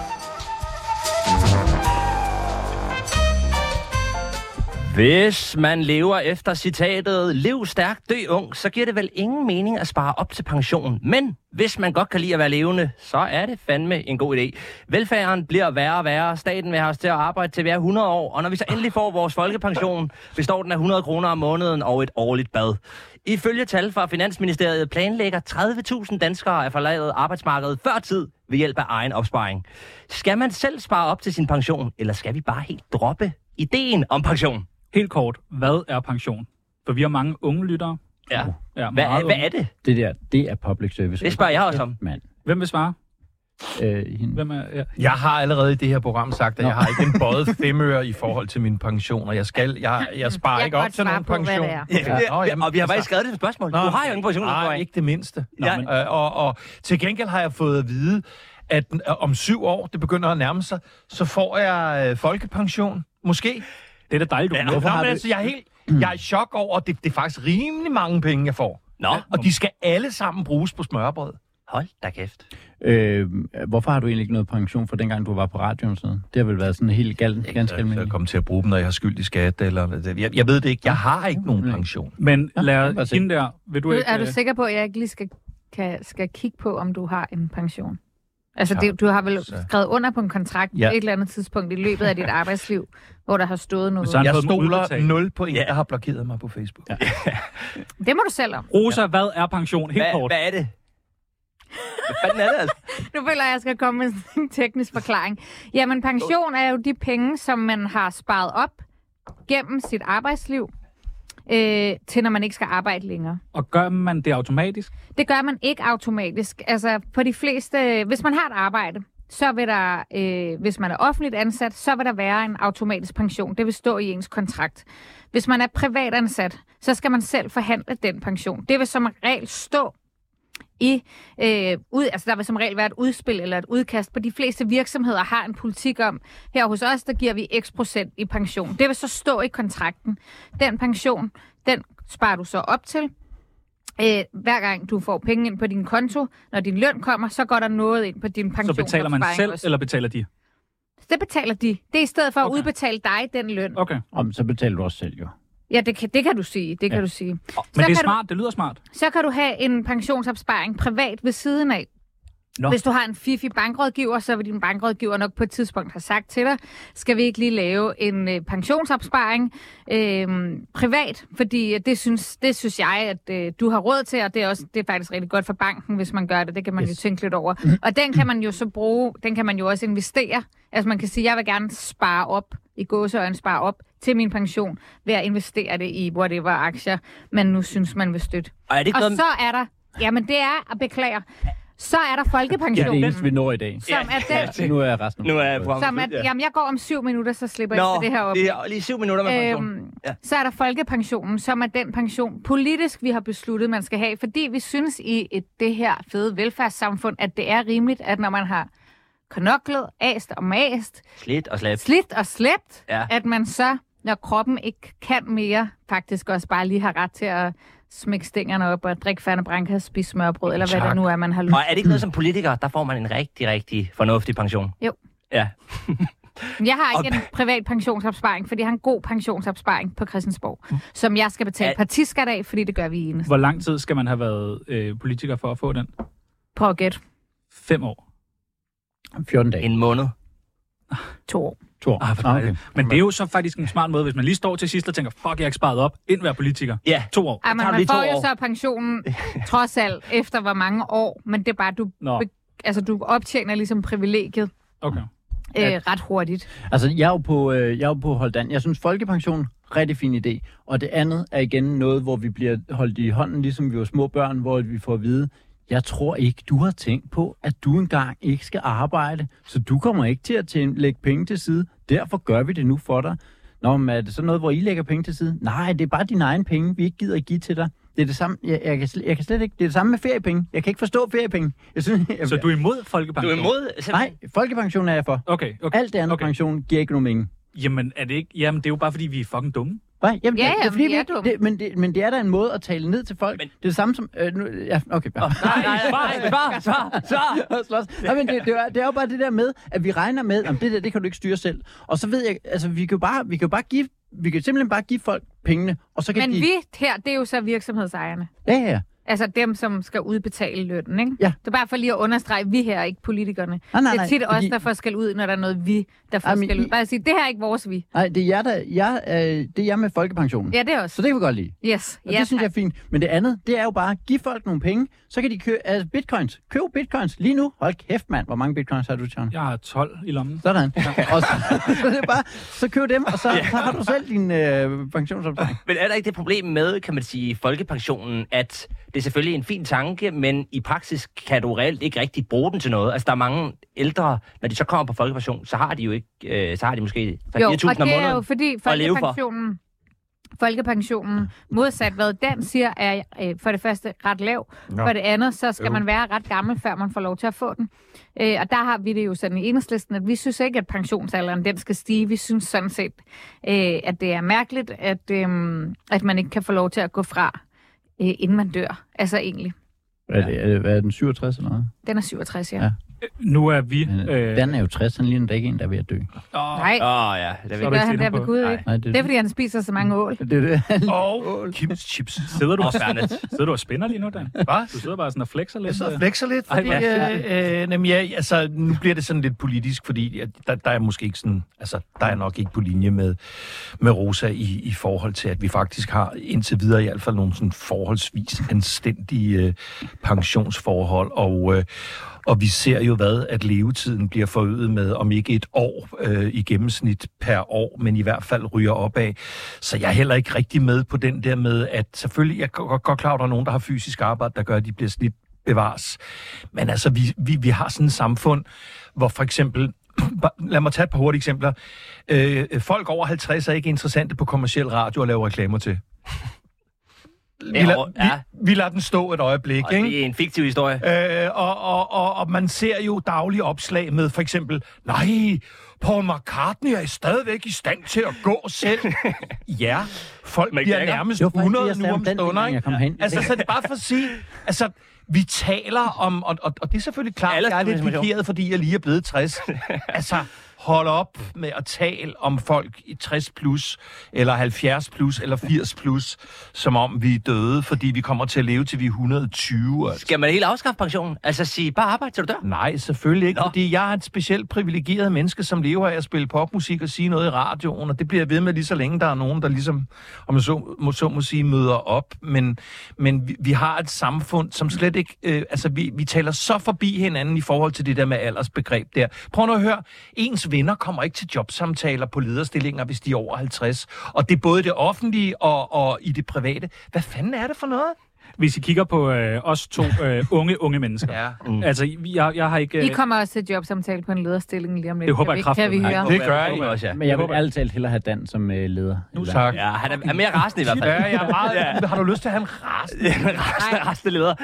S4: Hvis man lever efter citatet, lev stærkt, dø ung, så giver det vel ingen mening at spare op til pension. Men hvis man godt kan lide at være levende, så er det fandme en god idé. Velfærden bliver værre og værre, staten vil have os til at arbejde til hver 100 år, og når vi så endelig får vores folkepension, består den af 100 kroner om måneden og et årligt bad. Ifølge tal fra Finansministeriet planlægger 30.000 danskere at forlade arbejdsmarkedet før tid ved hjælp af egen opsparing. Skal man selv spare op til sin pension, eller skal vi bare helt droppe ideen om pension?
S1: Helt kort, hvad er pension? For vi har mange unge lyttere.
S4: Ja.
S1: Ja,
S4: Hvad er,
S1: meget
S4: hvad
S1: unge.
S4: er det?
S5: Det der, det er public service.
S4: Det spørger jeg også om.
S5: Mand.
S1: Hvem vil svare?
S5: Øh, hende.
S1: Hvem er, ja.
S2: Jeg har allerede i det her program sagt, at jeg har ikke en bøjet femøre i forhold til min pension, og jeg, skal, jeg, jeg sparer
S3: Jeg
S2: ikke
S3: kan
S2: op
S3: godt
S2: til
S3: svare
S2: nogen
S3: på, hvad det
S2: pension.
S3: er.
S2: Ja, nå, jamen,
S4: og vi har faktisk
S2: altså-
S4: skrevet det som spørgsmål. du har jo ingen
S2: Nej,
S4: pensionsopsparing.
S2: ikke det mindste.
S4: Nå,
S2: Nej.
S4: men-
S2: Øh, og, og til gengæld har jeg fået at vide, at den- øh, om syv år, det begynder at nærme sig, så får jeg øh, folkepension. Måske.
S1: Det er da dejligt, du
S2: Ja,
S1: ja,
S2: Nå,
S1: hvorfor har
S2: men
S1: det?
S2: altså, jeg er helt jeg er i chok over, at det, det er faktisk rimelig mange penge, jeg får.
S4: Nå,
S2: Og de skal alle sammen bruges på smørbrød.
S4: hold da kæft.
S5: Øh, hvorfor har du egentlig ikke noget pension fra dengang, du var på radioen? og Sådan? noget? Det har vel været sådan helt galt, ganske
S2: Så jeg
S5: almindeligt.
S2: kommer til at bruge dem, når jeg har skyld i skat. Eller, jeg, jeg ved det ikke. Jeg har ikke
S3: Mm.
S2: nogen pension.
S1: Men lad
S5: bare se.
S1: hende der, vil du
S3: Nu
S1: ikke...
S3: er du
S1: øh,
S3: sikker på, at jeg ikke lige skal, kan, skal kigge på, om du har en pension? Altså, det, du har vel
S2: Så-
S3: skrevet under på en kontrakt
S2: Ja.
S3: ja. på et eller andet tidspunkt i løbet
S5: <laughs>
S3: af dit arbejdsliv, hvor der har stået noget.
S1: så er han
S2: Jeg
S1: fået dem
S2: stoler
S1: udbetalt.
S2: 0 på en, der har blokeret mig på Facebook. Ja.
S3: Det må du selv om.
S1: Rosa, hvad er pension? Helt
S4: Hvad,
S1: kort.
S4: hvad er det? Hvad fanden er det altså?
S3: Nu føler jeg, at jeg skal komme med sådan <laughs> en teknisk forklaring. Jamen, pension er jo de penge, som man har sparet op gennem sit arbejdsliv, øh, til når man ikke skal arbejde længere.
S1: Og gør man det automatisk?
S3: Det gør man ikke automatisk. Altså, på de fleste... Hvis man har et arbejde, så vil der, øh, hvis man er offentligt ansat, så vil der være en automatisk pension. Det vil stå i ens kontrakt. Hvis man er privatansat, så skal man selv forhandle den pension. Det vil som regel stå i, øh, ud, altså der vil som regel være et udspil eller et udkast, på de fleste virksomheder har en politik om, her hos os, der giver vi x procent i pension. Det vil så stå i kontrakten. Den pension, den sparer du så op til, Øh, hver gang du får penge ind på din konto, når din løn kommer, så går der noget ind på din pension.
S1: Så betaler man selv, eller betaler de?
S3: Det betaler de. Det er i stedet for at
S1: Okay.
S3: udbetale dig den løn.
S1: Okay.
S5: Om, så betaler du også selv, jo.
S3: Ja, det kan, det kan du sige. Det kan du sige.
S1: Men det
S3: kan
S1: er
S3: du-
S1: smart, det lyder smart.
S3: Så kan du have en pensionsopsparing privat ved siden af.
S1: Nå.
S3: Hvis du har en fifi bankrådgiver, så vil din bankrådgiver nok på et tidspunkt have sagt til dig, skal vi ikke lige lave en øh, pensionsopsparing øh, privat, fordi øh, det synes, det synes jeg, at øh, du har råd til, og det er, også, det er faktisk rigtig godt for banken, hvis man gør det. Det kan man yes. jo tænke lidt over. Og den kan man jo så bruge, den kan man jo også investere. Altså man kan sige, jeg vil gerne spare op, i gåseøjne spare op til min pension, ved at investere det i whatever aktier, man nu synes, man vil støtte.
S4: Og er det ikke
S3: Og
S4: noget...
S3: så er der, jamen det er, at beklager, så er der
S5: Det er det
S3: folkepensionen,
S5: eneste, vi når i dag.
S3: som er den,
S5: Nu er jeg resten.
S4: Nu er jeg programmet
S3: som at,
S4: slut, ja.
S3: jamen jeg går om syv minutter, så slipper jeg
S4: Nå,
S3: for det her op.
S4: det er lige syv minutter med pension.
S3: Øhm,
S4: Ja.
S3: ja. Så er der folkepensionen, som er den pension politisk, vi har besluttet, man skal have. Fordi vi synes i et, det her fede velfærdssamfund, at det er rimeligt, at når man har knoklet, ast og mast,
S4: Slidt og slæbt.
S3: slidt og slæbt,
S4: Ja.
S3: ja. at man så, når kroppen ikke kan mere, faktisk også bare lige har ret til at smække stængerne op og drikke færne branca, spise smørbrød, eller hvad
S2: Tak.
S3: det nu er, man har lyst
S4: Og er det ikke noget som politiker, der får man en rigtig, rigtig fornuftig pension?
S3: Jo.
S4: Ja.
S3: Jeg har
S4: Og-
S3: ikke en privat pensionsopsparing, fordi jeg har en god pensionsopsparing på Christiansborg,
S4: Mm.
S3: som jeg skal betale
S4: Al-
S3: partiskat af, fordi det gør vi i eneste.
S1: Hvor lang tid skal man have været øh, politiker for at få den?
S3: Prøv at gætte.
S1: Fem år.
S5: Om 14 dage.
S4: En måned.
S3: To år.
S5: To år.
S1: Ah, for
S5: Nå, okay.
S1: dejligt. Men det er jo så faktisk en smart måde, hvis man lige står til sidst og tænker, fuck, jeg har ikke sparet op, ind være politiker.
S4: Ja.
S1: To år.
S3: Ej, men
S4: tager du
S3: man
S4: lige to
S3: får jo
S4: år.
S3: så pensionen trods alt efter hvor mange år, men det er bare, du,
S1: Nå.
S3: be, altså, du optjener ligesom privilegiet
S1: Okay.
S3: øh, ret hurtigt.
S5: Altså, jeg er jo på, øh, jeg er jo på Holdan. Jeg synes, folkepension rigtig fin idé. Og det andet er igen noget, hvor vi bliver holdt i hånden, ligesom vi var små børn, hvor vi får at vide, jeg tror ikke, du har tænkt på, at du engang ikke skal arbejde, så du kommer ikke til at tjene, lægge penge til side. Derfor gør vi det nu for dig. Nå, men er det så noget, hvor I lægger penge til side? Nej, det er bare dine egne penge, vi ikke gider at give til dig. Det er det samme, jeg, jeg, kan, sl- jeg kan slet ikke, det er det samme med feriepenge. Jeg kan ikke forstå feriepenge. Jeg synes, jeg,
S1: Så du er imod folkepension?
S4: Du er imod? Så...
S5: Nej, folkepension er jeg for.
S1: Okay, okay.
S5: Alt det andet
S1: Okay.
S5: okay. pension giver ikke nogen mening.
S1: Jamen, er det ikke? Jamen, det er jo bare, fordi vi er fucking dumme.
S5: Hvad? Jamen,
S3: Ja,
S5: det, det er
S3: jamen,
S5: fordi,
S3: vi
S5: vi
S3: er
S5: ikke-
S3: dumme.
S5: det, men, det, men det er da en måde at tale ned til folk.
S4: Men-
S5: Men... Det er det samme som... Øh, nu, ja, okay, bare.
S4: Nej, nej, nej, svar, svar, svar. <laughs>
S5: Oh. Nej, men det, det, er, det er jo bare det der med, at vi regner med, at det der, det kan du ikke styre selv. Og så ved jeg, altså vi kan jo bare, vi kan jo bare give vi kan simpelthen bare give folk pengene, og så kan
S3: Men
S5: de...
S3: vi her, det er jo så virksomhedsejerne.
S5: Ja, ja, ja.
S3: Altså dem, som skal udbetale lønnen, ikke?
S5: Ja.
S3: Det er bare for lige at understrege, vi her er ikke politikerne.
S5: Nej, nej,
S3: det
S5: nej,
S3: er tit fordi... os,
S5: fordi-
S3: der får skal ud, når der er noget vi, der får
S5: Ej, men
S3: skal
S5: I-
S3: ud. Bare at sige, det her er ikke vores vi.
S5: Nej, det er jer, der, jeg, øh, det er jer med folkepensionen.
S3: Ja, det er
S5: Så
S3: også.
S5: det kan vi godt lide.
S3: Yes.
S5: Og
S3: ja,
S5: det synes
S3: tak.
S5: jeg er fint. Men det andet, det er jo bare, give folk nogle penge, så kan de købe altså bitcoins. Køb bitcoins lige nu. Hold kæft, mand. Hvor mange bitcoins har du, John?
S1: Jeg har 12 i lommen.
S5: Sådan. <laughs> Og så, så, er det bare, så køb dem, og så, så har du selv din øh, pensionsopsparing.
S4: Men er der ikke det problem med, kan man sige, folkepensionen, at det er selvfølgelig en fin tanke, men i praksis kan du reelt ikke rigtig bruge den til noget. Altså, der er mange ældre, når de så kommer på folkepension, så har de jo ikke, øh, så har de måske 4.000
S3: Jo,
S4: om
S3: og det er jo
S4: måneden.
S3: fordi
S4: at leve for.
S3: folkepensionen, folkepensionen, modsat hvad Dan siger, er øh, for det første ret lav. Ja. For det andet, så skal man være ret gammel, før man får lov til at få den. Øh, og der har vi det jo sådan i enhedslisten, at vi synes ikke, at pensionsalderen den skal stige. Vi synes sådan set, øh, at det er mærkeligt, at, øh, at man ikke kan få lov til at gå fra, øh, inden man dør. Altså egentlig.
S5: Hvad er, det, er det- hvad er den 67 eller noget?
S3: Den er 67, ja.
S5: Ja.
S3: ja.
S1: Nu er vi...
S5: Øh, Dan er jo 60, han ligner da ikke en, der er ved at dø.
S1: åh,
S3: Nej,
S4: Åh, oh, ja. Det er
S1: Så er
S4: vigtigt.
S1: du
S3: det
S1: ikke
S3: gør han
S1: inde
S3: der
S1: på-
S3: ved Gud ikke.
S5: Nej, det,
S3: Det er, fordi han spiser så mange ål.
S5: det, er det.
S9: Og Kims chips.
S1: sidder, du,
S4: Og Fernet.
S1: sidder du og spænder lige nu, Dan?
S9: Hvad?
S1: Du sidder bare sådan og flexer lidt.
S2: Jeg sidder og flexer lidt, fordi... øh, øh, jamen, ja, altså, nu bliver det sådan lidt politisk, fordi at der, der er måske ikke sådan... Altså, der er nok ikke på linje med, med Rosa i, i forhold til, at vi faktisk har indtil videre i hvert fald nogle sådan forholdsvis anstændige øh, pensionsforhold, og... Øh, og vi ser jo, hvad at levetiden bliver forøget med, om ikke et år øh, i gennemsnit per år, men i hvert fald ryger opad. Så jeg er heller ikke rigtig med på den der med, at selvfølgelig, jeg er godt, godt klar, at der er nogen, der har fysisk arbejde, der gør, at de bliver slidt bevares. Men altså, vi, vi, vi har sådan et samfund, hvor for eksempel, <clears throat> lad mig tage et par hurtige eksempler. Øh, folk over 50 er ikke interessante på kommersiel radio at lave reklamer til. Vi,
S4: Ja,
S2: lader,
S4: ja.
S2: vi, vi lader den stå et øjeblik,
S4: Og
S2: ikke?
S4: det er en fiktiv historie.
S2: Øh, og, og, og, og man ser jo daglige opslag med for eksempel, nej, Paul McCartney er stadigvæk i stand til at gå selv. ja, folk
S4: Mick
S2: bliver
S4: Jagger.
S2: nærmest
S5: Det var faktisk
S2: 100
S5: det, jeg
S2: nu
S5: sagde
S2: om
S5: om den
S2: stunder,
S5: dengang,
S2: ikke?
S5: jeg kom hen.
S2: Altså, så er det bare for at sige, altså, vi taler om, og, og, og det er selvfølgelig klart,
S4: Alle
S2: at jeg er lidt
S4: diskrimination.
S2: pikeret, fordi jeg lige er blevet 60. altså, hold op med at tale om folk i 60 plus, eller 70 plus, eller 80 plus, som om vi er døde, fordi vi kommer til at leve til vi er 120. Altså.
S4: Skal man helt afskaffe pensionen? Altså sige, bare arbejde til du dør?
S2: Nej, selvfølgelig ikke,
S4: Nå.
S2: Nå. fordi jeg er et specielt privilegeret menneske, som lever af at spille popmusik og sige noget i radioen, og det bliver jeg ved med lige så længe, der er nogen, der ligesom, om man så må, så må sige, møder op. Men, men vi, vi har et samfund, som slet ikke, øh, altså vi, vi taler så forbi hinanden i forhold til det der med aldersbegreb der. Prøv nu at høre, ens venner kommer ikke til jobsamtaler på lederstillinger, hvis de er over 50, og det er både i det offentlige og, og i det private. Hvad fanden er det for noget?
S1: Hvis I kigger på øh, os to øh, unge, unge mennesker.
S2: Ja.
S1: Mm. Altså, jeg, jeg har ikke... øh,
S3: I kommer også til jobsamtale på en lederstilling lige om lidt.
S1: Det håber
S3: kan
S1: jeg
S3: vi, kan vi
S1: kraftedeme.
S3: høre.
S1: Nej,
S2: det gør
S4: jeg også, ja.
S5: Men jeg vil ærligt talt hellere have Dan som øh, leder.
S2: Nu tak.
S4: Ja, han er, er mere rasende i hvert fald.
S2: Ja, jeg er
S4: <laughs>
S2: meget, Har du lyst til at have en rasende
S4: rasende, rasende leder.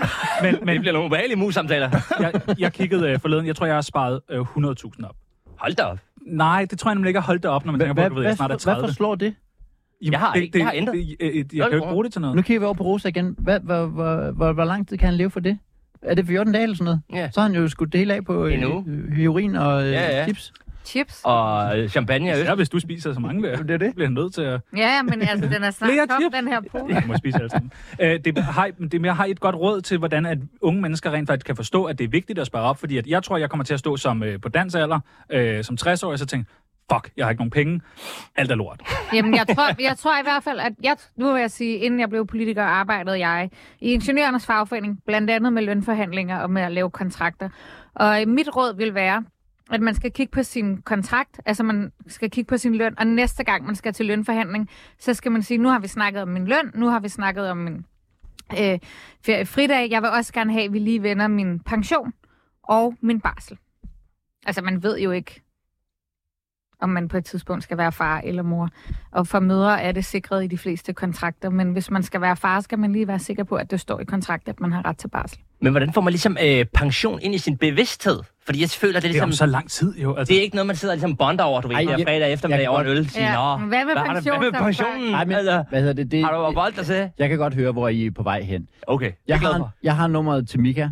S4: Men, men det bliver nogle ubehagelige mus-samtaler.
S1: jeg, jeg kiggede øh, forleden, jeg tror, jeg har sparet øh, 100.000 op.
S4: Hold da op.
S1: Nej, det tror jeg nemlig ikke har holdt det op, når man tænker på, at du ved, jeg snart er
S5: Hvad
S1: 30.
S5: hvad forslår det?
S1: Jamen,
S4: Jeg har
S1: det,
S4: ikke- jeg har ændret.
S1: Det, øh, øh, jeg, kan jo ikke bruge det til noget.
S5: Nu kigger vi over på Rosa igen. Hvad, hvor, hvor, hvor, hvor lang tid kan han leve for det? Er det 14 dage eller sådan noget?
S4: Ja.
S5: Så har han jo skudt det hele af på
S4: En uge.
S5: øh, heroin og
S4: Ja,
S5: øh, ja,
S4: ja.
S5: ja. chips.
S3: Chips?
S4: Og øh, champagne og øl.
S1: Ja, hvis du spiser så mange <laughs> der, det, det. bliver jeg nødt til at...
S3: Ja, ja, men altså, den er
S1: Flere
S3: snart tom,
S1: chips.
S3: den her pose.
S1: Jeg må spise alt sammen. Øh, det, har, I- men det, men jeg har I et godt råd til, hvordan at unge mennesker rent faktisk kan forstå, at det er vigtigt at spare op, fordi at jeg tror, jeg kommer til at stå som øh, på dansalder, øh, som 60 år, og så tænke, fuck, jeg har ikke nogen penge, alt er lort.
S3: Jamen, jeg tror, jeg tror i hvert fald, at jeg, nu vil jeg sige, inden jeg blev politiker, arbejdede jeg i Ingeniørernes Fagforening, blandt andet med lønforhandlinger og med at lave kontrakter. Og øh, mit råd vil være, at man skal kigge på sin kontrakt, altså man skal kigge på sin løn, og næste gang man skal til lønforhandling, så skal man sige, nu har vi snakket om min løn, nu har vi snakket om min øh, ferie- fridag, jeg vil også gerne have, at vi lige vender min pension og min barsel. Altså man ved jo ikke, om man på et tidspunkt skal være far eller mor. Og for mødre er det sikret i de fleste kontrakter, men hvis man skal være far, skal man lige være sikker på, at det står i kontrakt, at man har ret til barsel.
S4: Men hvordan får man ligesom øh, pension ind i sin bevidsthed? Fordi jeg føler, det er
S1: Det er
S4: ligesom...
S1: om så lang tid jo. Altså,
S4: Det er ikke noget, man sidder og ligesom bonder over, du ved,
S5: Ej,
S4: Ej,
S5: jeg-
S4: fredag eftermiddag
S5: jeg
S4: over
S5: kan
S4: en øl. Sige,
S3: Ja,
S4: Nå,
S3: men hvad med
S4: har du-
S3: pension
S4: Hvad
S3: så,
S4: med
S3: Frank?
S4: pensionen?
S5: Ej, men-
S4: altså,
S5: Hvad hedder det? det
S4: har du voldt dig til?
S5: jeg kan godt høre, hvor I er på vej hen.
S4: Okay, jeg
S5: Jeg
S4: er glad
S5: har,
S4: for.
S5: jeg har nummeret til Mika,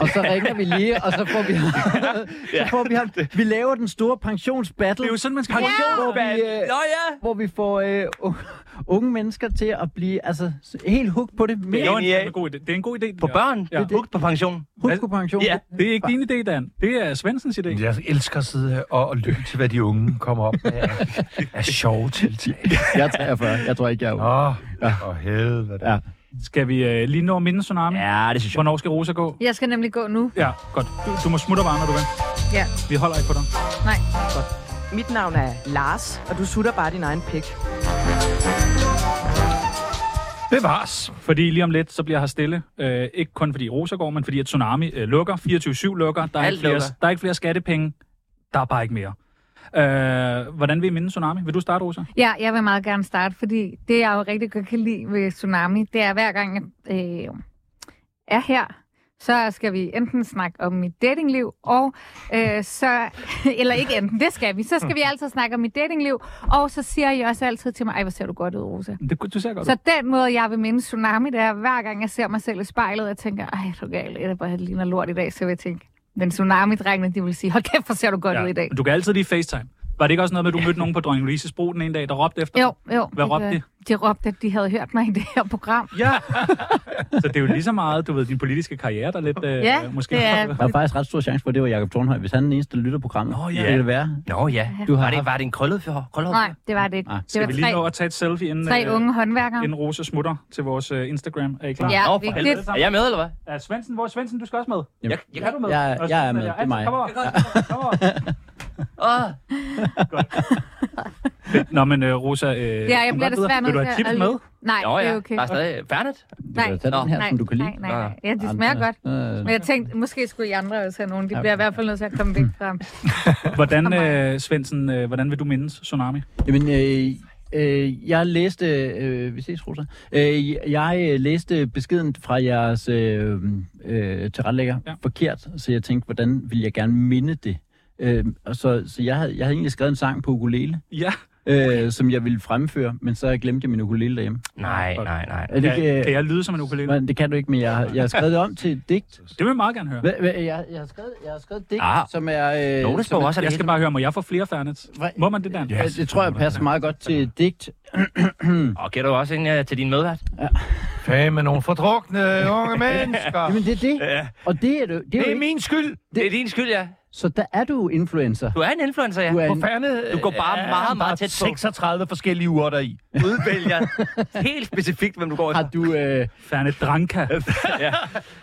S5: og så ringer vi lige, og så får vi ham. så får vi ham. Vi laver den store pensionsbattle.
S1: Det er jo sådan, man skal...
S5: hvor vi, øh,
S4: Nå ja!
S5: hvor vi får øh, u- unge mennesker til at blive altså, s- helt hooked på det.
S1: Det er jo
S5: Mere
S1: en,
S4: Ja.
S1: det er en god idé. Det er en god idé. det
S4: På
S1: der.
S4: børn?
S1: Ja.
S4: Ja. Hugt på pension?
S5: hooked på pension.
S4: Ja.
S1: Det er ikke din idé, Dan. Det er Svensens idé.
S2: Jeg elsker at sidde og, og lytte til, hvad de unge kommer op
S4: <laughs>
S2: med af, af sjove tiltag.
S5: <laughs> Jeg er 43. Jeg tror ikke, jeg er ung.
S2: Åh, for helvede.
S5: Ja.
S1: Skal vi øh, lige nå minden tsunami?
S4: Ja, det synes jeg.
S1: Hvornår skal Rosa gå?
S3: Jeg skal nemlig gå nu.
S1: Ja, godt. Du, du må smutte bare, når du vil.
S3: Ja,
S1: Vi holder ikke på dig.
S3: nej.
S10: Mit navn er Lars, og du sutter bare din egen pik.
S2: Bevares.
S1: Fordi lige om lidt, så bliver her stille. Øh, ikke kun fordi Rosa går, men fordi at Tsunami øh, lukker. 24-7 lukker. Der er,
S4: Alt
S1: ikke flere,
S4: lukker.
S1: der er ikke flere skattepenge. Der er bare ikke mere. Øh, hvordan vil I minde Tsunami? Vil du starte, Rosa?
S3: Ja, jeg vil meget gerne starte, fordi det, jeg jo rigtig godt kan lide ved Tsunami, det er hver gang, jeg øh, er her, så skal vi enten snakke om mit datingliv, og øh, så, <laughs> eller ikke enten, det skal vi, så skal vi altid snakke om mit datingliv, og så siger I også altid til mig, ej, hvor ser du godt ud, Rosa.
S1: Det, du ser godt ud.
S3: Så den måde, jeg vil minde Tsunami, det er, hver gang jeg ser mig selv i spejlet, og tænker, ej, du er gal, jeg bare ligner lort i dag, så vil jeg tænke, men Tsunami-drengene, de vil sige, hold kæft, hvor ser du godt ja. ud i dag.
S1: men Du kan altid lige facetime. Var det ikke også noget med, at du mødte nogen på Dronning Louise's Bro den ene dag, der råbte efter
S3: Jo, jo.
S1: Hvad råbte
S3: de? De råbte, at de havde hørt mig i det her program.
S1: dig? Ja. så det er jo lige så meget, du ved, din politiske karriere, der lidt øh,
S3: Ja,
S1: øh, måske...
S3: det er-
S5: Der er faktisk ret stor chance for, at det var Jacob Tornhøj. Hvis han er den eneste, der lytter programmet,
S1: Nå,
S5: oh,
S1: ja.
S5: ja. det det være.
S4: Nå ja.
S5: Du har
S4: Var det, var det en krøllet for? Krøllet
S3: Nej, det var det ikke.
S5: Nej.
S3: Det var
S1: Skal vi lige nå
S3: tre,
S1: at tage et selfie, inden,
S3: tre
S1: øh,
S3: unge håndværkere.
S1: inden Rosa smutter til vores øh, Instagram? Er I klar?
S3: Ja,
S4: Nå, for
S3: vigtigt.
S4: helvede. Er jeg med, eller hvad?
S1: Ja, Svendsen, hvor er Svendsen? Du skal også med.
S5: Jamen.
S4: Jeg, jeg,
S1: Er du med?
S5: Jeg-
S1: Og Svendsen
S5: jeg er med. Det er
S1: Altid,
S5: mig.
S1: Kom over. Kom over.
S4: åh,
S5: <laughs>
S1: Nå, men øh, Rosa... Øh,
S3: Ja, jeg bliver desværre
S1: Vil
S3: nødt
S1: du
S3: til
S1: have chips
S3: at...
S1: med?
S3: Nej,
S4: Nå
S3: det er
S4: ja,
S3: okay.
S4: der er stadig Fernet.
S5: Du
S3: Nej,
S5: kan tage den her,
S3: nej,
S5: som du kan lide.
S3: nej, nej, nej. Ja,
S5: Ah,
S3: de smager
S5: den er-
S3: godt.
S1: Øh.
S3: Men jeg tænkte, måske skulle I andre også have nogen. De bliver i hvert fald nødt til at komme væk fra.
S1: Hvordan,
S3: Og
S1: øh, Svendsen, øh, hvordan vil du mindes Tsunami?
S5: Øh, jamen, øh, øh, jeg læste... Øh, vi ses, Rosa. Øh, jeg øh, læste beskeden fra jeres øh, øh, tilrettelægger
S1: Ja.
S5: ja. forkert, så jeg tænkte, hvordan vil jeg gerne minde det? Øh, og så, så jeg, havde, jeg havde egentlig skrevet en sang på ukulele,
S1: Ja,
S5: øh, som jeg ville fremføre, men så glemte jeg min ukulele derhjemme.
S4: Nej, nej, nej.
S5: Er det,
S1: kan,
S5: ikke,
S1: jeg,
S5: øh,
S1: kan jeg lyde som en ukulele?
S5: Men det kan du ikke, men jeg har, jeg har skrevet det om til et digt.
S1: Det vil jeg meget gerne høre.
S5: Hva, hva, jeg, jeg, har skrevet, jeg har skrevet et digt,
S4: Ah.
S5: ah. som er... Øh,
S4: Nogle
S5: som
S4: står
S5: er-
S4: også, at
S1: Jeg
S4: det
S1: skal
S4: er
S1: bare høre, må jeg få flere Fernet?
S5: Hva-
S1: Må man det, Dan?
S5: Øh, det tror jeg passer meget godt til et digt. Mm.
S4: Og gætter du også ind uh, til din medvært?
S2: Fag med nogle fordrukne unge mennesker.
S5: Jamen, det er det. Og det er, det,
S2: Ah. Det
S5: det er jo
S2: er
S5: ikke.
S2: min skyld.
S4: Det er din skyld, ja.
S5: Så der er du influencer.
S4: Du er en influencer, ja.
S5: Du er
S2: Hvor
S5: en,
S2: fanden,
S4: Du går bare
S2: øh,
S4: meget,
S2: er
S4: meget
S2: bare
S4: tæt på.
S2: 36 forskellige uger der i.
S4: udvælger helt specifikt, hvem du går
S5: har,
S4: efter.
S5: du, øh,
S1: Fernet
S5: <laughs>
S1: Dranka.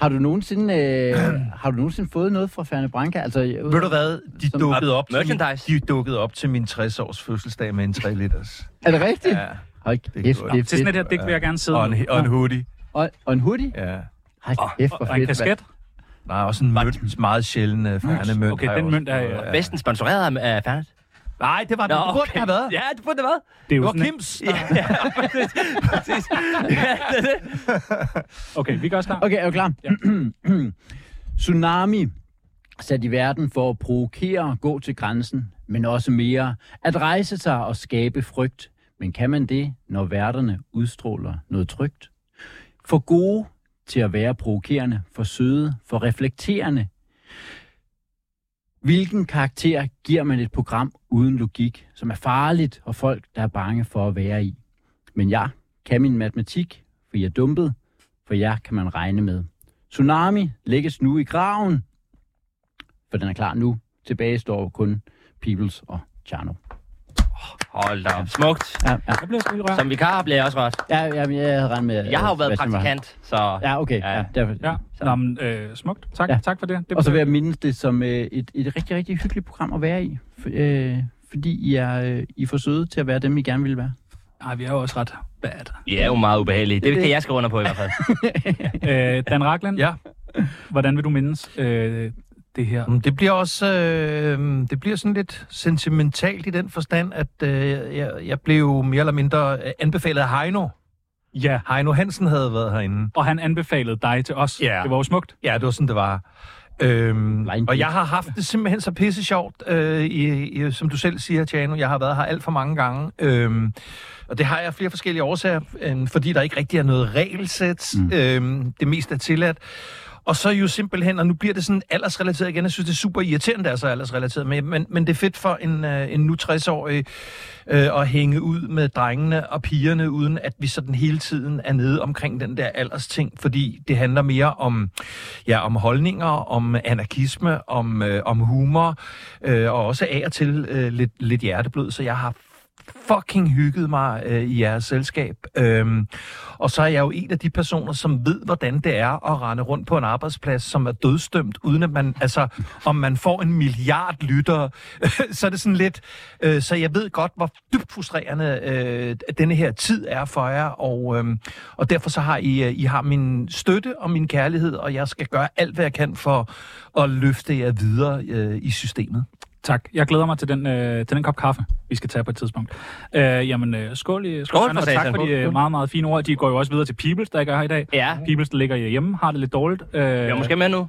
S5: har, du nogensinde, øh, har du nogensinde fået noget fra Ferne Branca? Altså,
S2: Ved du hvad? De
S5: Som-
S2: dukkede op, til min,
S4: Merchandise.
S2: de dukkede op til min 60-års fødselsdag med en 3 liters.
S5: Er det rigtigt? Ja.
S2: Ja.
S5: Hold
S2: er
S5: kæft, det er
S2: godt.
S5: fedt.
S1: Til sådan et her digt vil jeg gerne sidde.
S2: Og en, og en hoodie.
S5: Og, og en hoodie?
S2: Ja.
S5: Hold kæft, hvor
S1: Og en
S5: fedt. mand.
S1: kasket.
S2: Nej, også en mønt. Meget sjælden uh, færende mønt.
S1: Okay,
S2: har jeg
S1: den
S2: også
S1: mønt er-
S2: fået, ja.
S4: Vesten sponsoreret af- af Fernet.
S2: Nej, det var det. Det burde det have været.
S4: Ja, det burde det have været.
S1: Det er
S2: Det
S1: jo
S2: var
S1: sådan,
S2: Kims.
S4: <laughs> Ja, præcis. præcis. Ja, det er det.
S1: okay, vi gør os klar.
S5: Okay, er du klar?
S1: Ja.
S5: Ja. <clears throat> Tsunami sat i verden for at provokere, gå til grænsen, men også mere. At rejse sig og skabe frygt. Men kan man det, når værterne udstråler noget trygt? For gode til at være provokerende, for søde, for reflekterende. Hvilken karakter giver man et program uden logik, som er farligt og folk, der er bange for at være i? Men jeg kan min matematik, for jeg er dumpet, for jer kan man regne med. Tsunami lægges nu i graven, for den er klar nu. Tilbage står kun Peoples og Chano.
S4: Hold da op. Smukt.
S5: Ja, ja,
S1: Jeg bliver sgu helt rørt.
S4: Som vikar bliver jeg også rørt.
S5: ja, ja men jeg havde regnet med...
S4: Jeg har jo været
S5: Sebastian var her.
S4: praktikant, så...
S5: Ja, okay. Ja,
S4: Ja.
S5: ja. Derfor,
S1: Ja,
S5: ja.
S1: Nå, men, øh, smukt. Tak,
S5: Ja.
S1: tak for det. det
S5: Og så vil jeg mindes det som øh, et, et rigtig, rigtig hyggeligt program at være i. For, øh, fordi I er, øh, I er for søde til at være dem, I gerne vil være.
S1: Ej, vi er jo også ret bad.
S4: I er jo meget ubehagelige. Det kan jeg skrive under på i hvert fald.
S1: Øh, Dan Ragland,
S2: <laughs> Ja.
S1: hvordan vil du mindes øh, det her?
S2: Mm, Det bliver også øh, det bliver sådan lidt sentimentalt i den forstand, at øh, jeg, jeg blev jo mere eller mindre øh, anbefalet af Heino.
S1: Ja,
S2: Heino Hansen havde været herinde.
S1: og han anbefalede dig til os.
S2: Ja.
S1: Det var jo smukt.
S2: Ja, det var sådan, det var. Øhm,
S5: Blind
S2: og
S5: date.
S2: jeg har haft det simpelthen så pisse sjovt, øh, i, i, som du selv siger, Tjano. Jeg har været her alt for mange gange. Øhm, og det har jeg af flere forskellige årsager, øh, fordi der ikke rigtig er noget regelsæt. Mm. Øhm, det mest er tilladt. Og Og så jo simpelthen, og nu bliver det sådan aldersrelateret igen, jeg synes, det er super irriterende, det er så aldersrelateret, men, men, men det er fedt for en, øh, en nu 60-årig øh, at hænge ud med drengene og pigerne, uden at vi sådan hele tiden er nede omkring den der aldersting, fordi det handler mere om, ja, om holdninger, om anarkisme, om, øh, om humor, øh, og også af og til øh, lidt, lidt hjerteblod, så jeg har fucking hygget mig øh, i jeres selskab. Øhm, og så er jeg jo en af de personer, som ved, hvordan det er at rende rundt på en arbejdsplads, som er dødstømt, uden at man, altså, om man får en milliard lyttere, <laughs> så er det sådan lidt, øh, så jeg ved godt, hvor dybt frustrerende øh, denne her tid er for jer, og, øh, og derfor så har I, øh, I har min støtte og min kærlighed, og jeg skal gøre alt, hvad jeg kan for at løfte jer videre øh, i systemet.
S1: Tak. Jeg glæder mig til den, øh, til den kop kaffe, vi skal tage på et tidspunkt. Øh, jamen, øh, skål, i- skål,
S4: Skål for
S1: Søren, og tak
S4: satan.
S1: for de øh, meget, meget fine ord. De går jo også videre til Peoples, der ikke er her i dag.
S4: Ja.
S1: Peoples, der ligger hjemme, har det lidt dårligt. Øh,
S4: Jeg er måske med nu.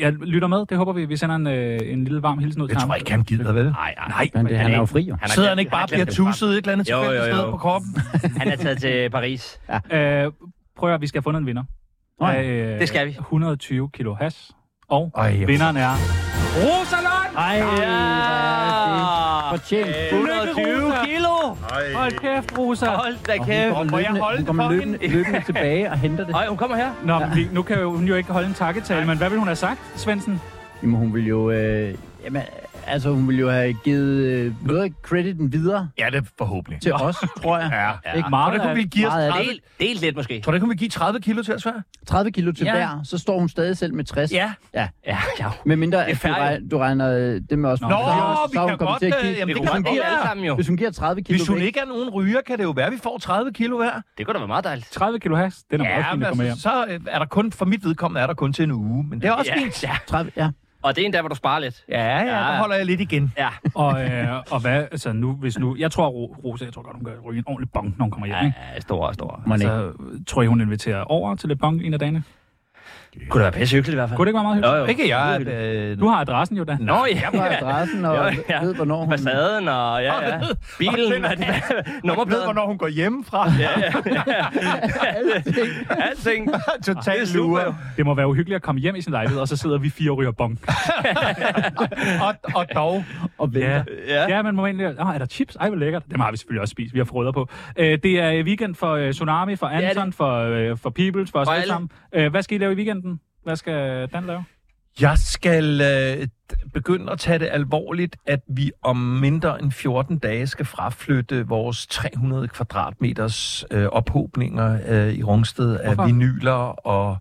S1: Jeg lytter med. Det håber vi. Vi sender en, øh, en lille varm hilsen ud til
S2: Jeg
S1: ham.
S2: tror ikke, han gider, vel?
S4: Nej, nej.
S5: Men det, han er jo fri, jo.
S4: Han
S2: Sidder han ikke bare og bliver
S4: glemt det bare.
S2: tusset et eller andet
S4: Jo, jo,
S2: tilfældigt
S4: jo.
S2: sted på kroppen?
S4: Han er taget til Paris.
S1: Øh, prøv at høre, vi skal have fundet en vinder.
S5: Nå ja.
S1: Af, øh,
S4: Det skal vi.
S1: 120 kilo hash. Og
S2: Ej, jeg-
S1: vinderen er... Rosalund!
S5: Ej, hvor er det fortjent.
S4: 120 kilo!
S1: Hold kæft, Rosa!
S4: Hold da kæft.
S5: Hun kommer løbende, hun kommer løbende, løbende tilbage og henter det.
S4: Ej, hun kommer her.
S1: Nå, men vi, nu kan jo, hun jo ikke holde en takketale, men hvad vil hun have sagt, Svendsen?
S5: Jamen, hun vil jo... Øh, jamen, altså, hun vil jo have givet øh, noget af crediten videre
S2: Ja, det er forhåbentlig.
S5: til os, tror jeg.
S2: Ja.
S1: Ikke
S2: Tror du
S1: meget
S2: ikke, hun
S1: af,
S2: ville give os
S5: meget af
S2: 30,
S4: Del, del lidt måske.
S2: tror du ikke, hun ville give 30 kilo til os, hva'?
S5: 30 kilo til
S4: Ja.
S5: ja. hver, så står hun stadig selv med 60.
S2: Ja.
S5: Ja.
S4: Ja, ja.
S5: Med mindre,
S4: Det er
S5: at du
S4: fair, jo.
S5: regner, du regner øh, det med os. Nå,
S2: vi kan godt, øh, jamen,
S4: Vi
S2: det
S4: kunne
S2: kan
S4: godt
S2: vi
S4: bruge
S2: gøre.
S4: alle sammen jo.
S5: Hvis hun giver 30 kilo
S2: Hvis hun
S5: væk,
S2: ikke er nogen ryger, kan det jo være, at vi får 30 kilo hver.
S4: Det kunne da være meget dejligt.
S1: 30 kilo hash, den er meget
S2: Ja,
S1: fin
S2: men
S1: at komme hjem.
S2: altså, så øh, er der kun, for mit vedkommende er der kun til en uge, men det er også
S4: Ja,
S2: fint. Ja,
S5: 30, ja.
S4: Og det er endda, hvor du sparer lidt.
S2: ja, ja, der holder jeg lidt igen.
S4: Ja.
S1: Og, øh, og hvad, altså nu, hvis nu... Jeg tror, Ro- Rosa, jeg tror godt, hun kan ryge en ordentlig bong, når hun kommer hjem, ikke?
S4: Ja, altså- stor, stor.
S5: Må ikke.
S1: Så tror jeg, hun inviterer over til lidt bong en af dagene.
S4: Kunne da være pisse hyggeligt i hvert fald.
S1: Kunne det ikke være meget hyggeligt?
S4: jo.
S2: Ikke jeg. Øh,
S1: Du har adressen jo da.
S4: Nå, ja.
S5: Hun har adressen og
S4: Jo, ja.
S5: ja. ved, hvornår hun...
S4: Facaden og ja, ja. Bilen, hvad det <laughs>
S2: ved,
S4: nummerpladen.
S2: hvornår hun går hjemmefra. <laughs> Ja,
S4: Alting.
S2: Total
S4: super,
S2: lure.
S4: jo.
S1: Det må være uhyggeligt at komme hjem i sin lejlighed, og så sidder vi fire og ryger bong.
S2: Og, og dog.
S5: Og venter.
S1: Ja.
S5: Ja.
S4: Ja.
S1: Ja, men må egentlig... Åh, er der chips? Ej, hvor lækkert. Dem har vi selvfølgelig også spist. Vi har frøder på. Øh, det er øh, weekend for øh, Tsunami, for
S4: det.
S1: Anton, for, øh, for Peoples, for os
S4: For
S1: alle
S4: alle.
S1: sammen. Øh, hvad skal I lave i weekenden? Hvad skal Dan lave?
S2: Jeg skal øh, d- begynde at tage det alvorligt, at vi om mindre end 14 dage skal fraflytte vores 300 kvadratmeters øh, ophobninger øh, i Rungsted
S1: Hvorfor?
S2: af vinyler og...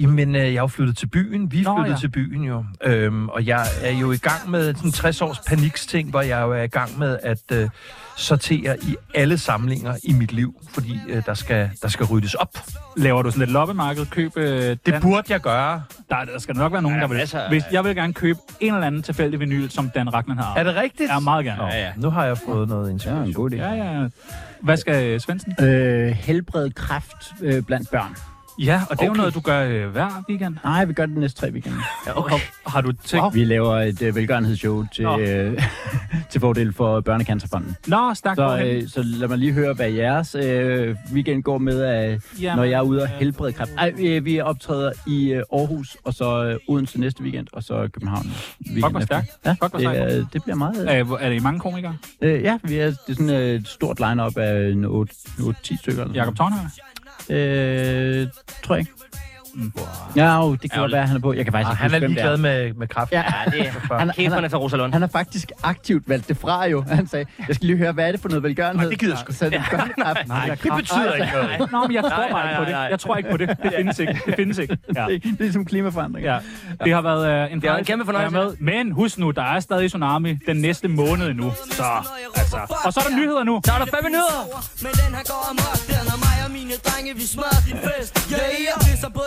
S2: Jamen, øh, jeg er jo flyttet til byen. Vi er
S1: Nå,
S2: flyttet
S1: ja.
S2: til byen jo. Øhm, og jeg er jo i gang med sådan en 60-års paniksting, hvor jeg jo er i gang med at øh, sortere i alle samlinger i mit liv, fordi øh, der, skal, der skal ryddes op.
S1: Laver du sådan et loppemarked? Køb... Øh, det
S2: Det burde jeg gøre.
S1: der, der skal nok være nogen, der
S4: Ja, altså, øh.
S1: vil...
S4: masser af-
S1: Hvis jeg vil gerne købe en eller anden tilfældig vinyl, som Dan Ragnar har.
S2: Er det rigtigt?
S1: Ja, meget gerne.
S2: Nå,
S4: Ja, ja.
S2: Nu har jeg fået noget
S5: Det er
S2: inspiration.
S5: en god idé.
S1: Ja, ja. Hvad skal øh, Svendsen?
S5: Øh, helbred kræft øh, blandt børn.
S1: Ja, og det er jo noget, du gør øh, hver weekend.
S5: Nej, vi gør det de næste tre weekender.
S1: Og har du tænkt...
S5: Vi laver et øh, velgørenhedsshow til,
S1: Nå.
S5: øh, til fordel for Børnecancerfonden.
S1: Nå, stak
S5: Så,
S1: øh,
S5: øh, så lad mig lige høre, hvad jeres øh, weekend går med, øh,
S1: Jamen,
S5: når jeg er ude og
S1: øh,
S5: helbrede kræft. Ej, vi, vi optræder i øh, Aarhus, og så øh, Odense næste weekend, og så København. weekenden
S1: Fuck, hvor
S5: efter.
S1: stærkt.
S5: Ja,
S1: Fuck, hvor
S5: det,
S1: sejt.
S5: er, det bliver meget... Øh,
S1: Øh, hvor- er det mange komikere?
S5: øh, ja, vi er, det er sådan øh, et stort line-up af øh, en 8-10 stykker. eller
S1: Jakob Tornhøj?
S5: Øh, tror jeg ikke. Ja, jo, det kan godt være, han er på. Jeg kan faktisk
S2: Ah, han
S5: ikke
S2: er
S5: huske, hvem det
S2: ligeglad med, med kraft.
S5: Ja.
S4: Ja, det er
S5: Han,
S4: kæft,
S5: han,
S4: man er
S5: er,
S4: til Rosalund.
S5: han har faktisk aktivt valgt det fra jo. Han sagde, jeg skal lige høre, hvad er det for noget velgørenhed?
S2: Nå, det gider jeg sgu
S5: Så er det
S2: <laughs>
S5: børnekræft.
S2: Nej, det betyder
S5: altså,
S4: Altså-
S2: ikke noget.
S1: Nå, men jeg tror
S4: Nej,
S1: bare ikke
S4: nej,
S1: på det.
S4: nej, nej.
S1: Jeg tror ikke på det. Det findes ikke. Det findes ikke. Ja.
S5: Det, det er ligesom klimaforandring.
S1: Ja. Det har været øh, en,
S4: Det har været en kæmpe fornøjelse.
S1: at være Med. Men husk nu, der er stadig tsunami den næste måned endnu. Så, altså. Og så er der nyheder nu.
S4: <laughs> Så er der fem minutter.
S11: Men den her går amok, den er mig og mine drenge, vi smadrer din fest. Yeah, yeah.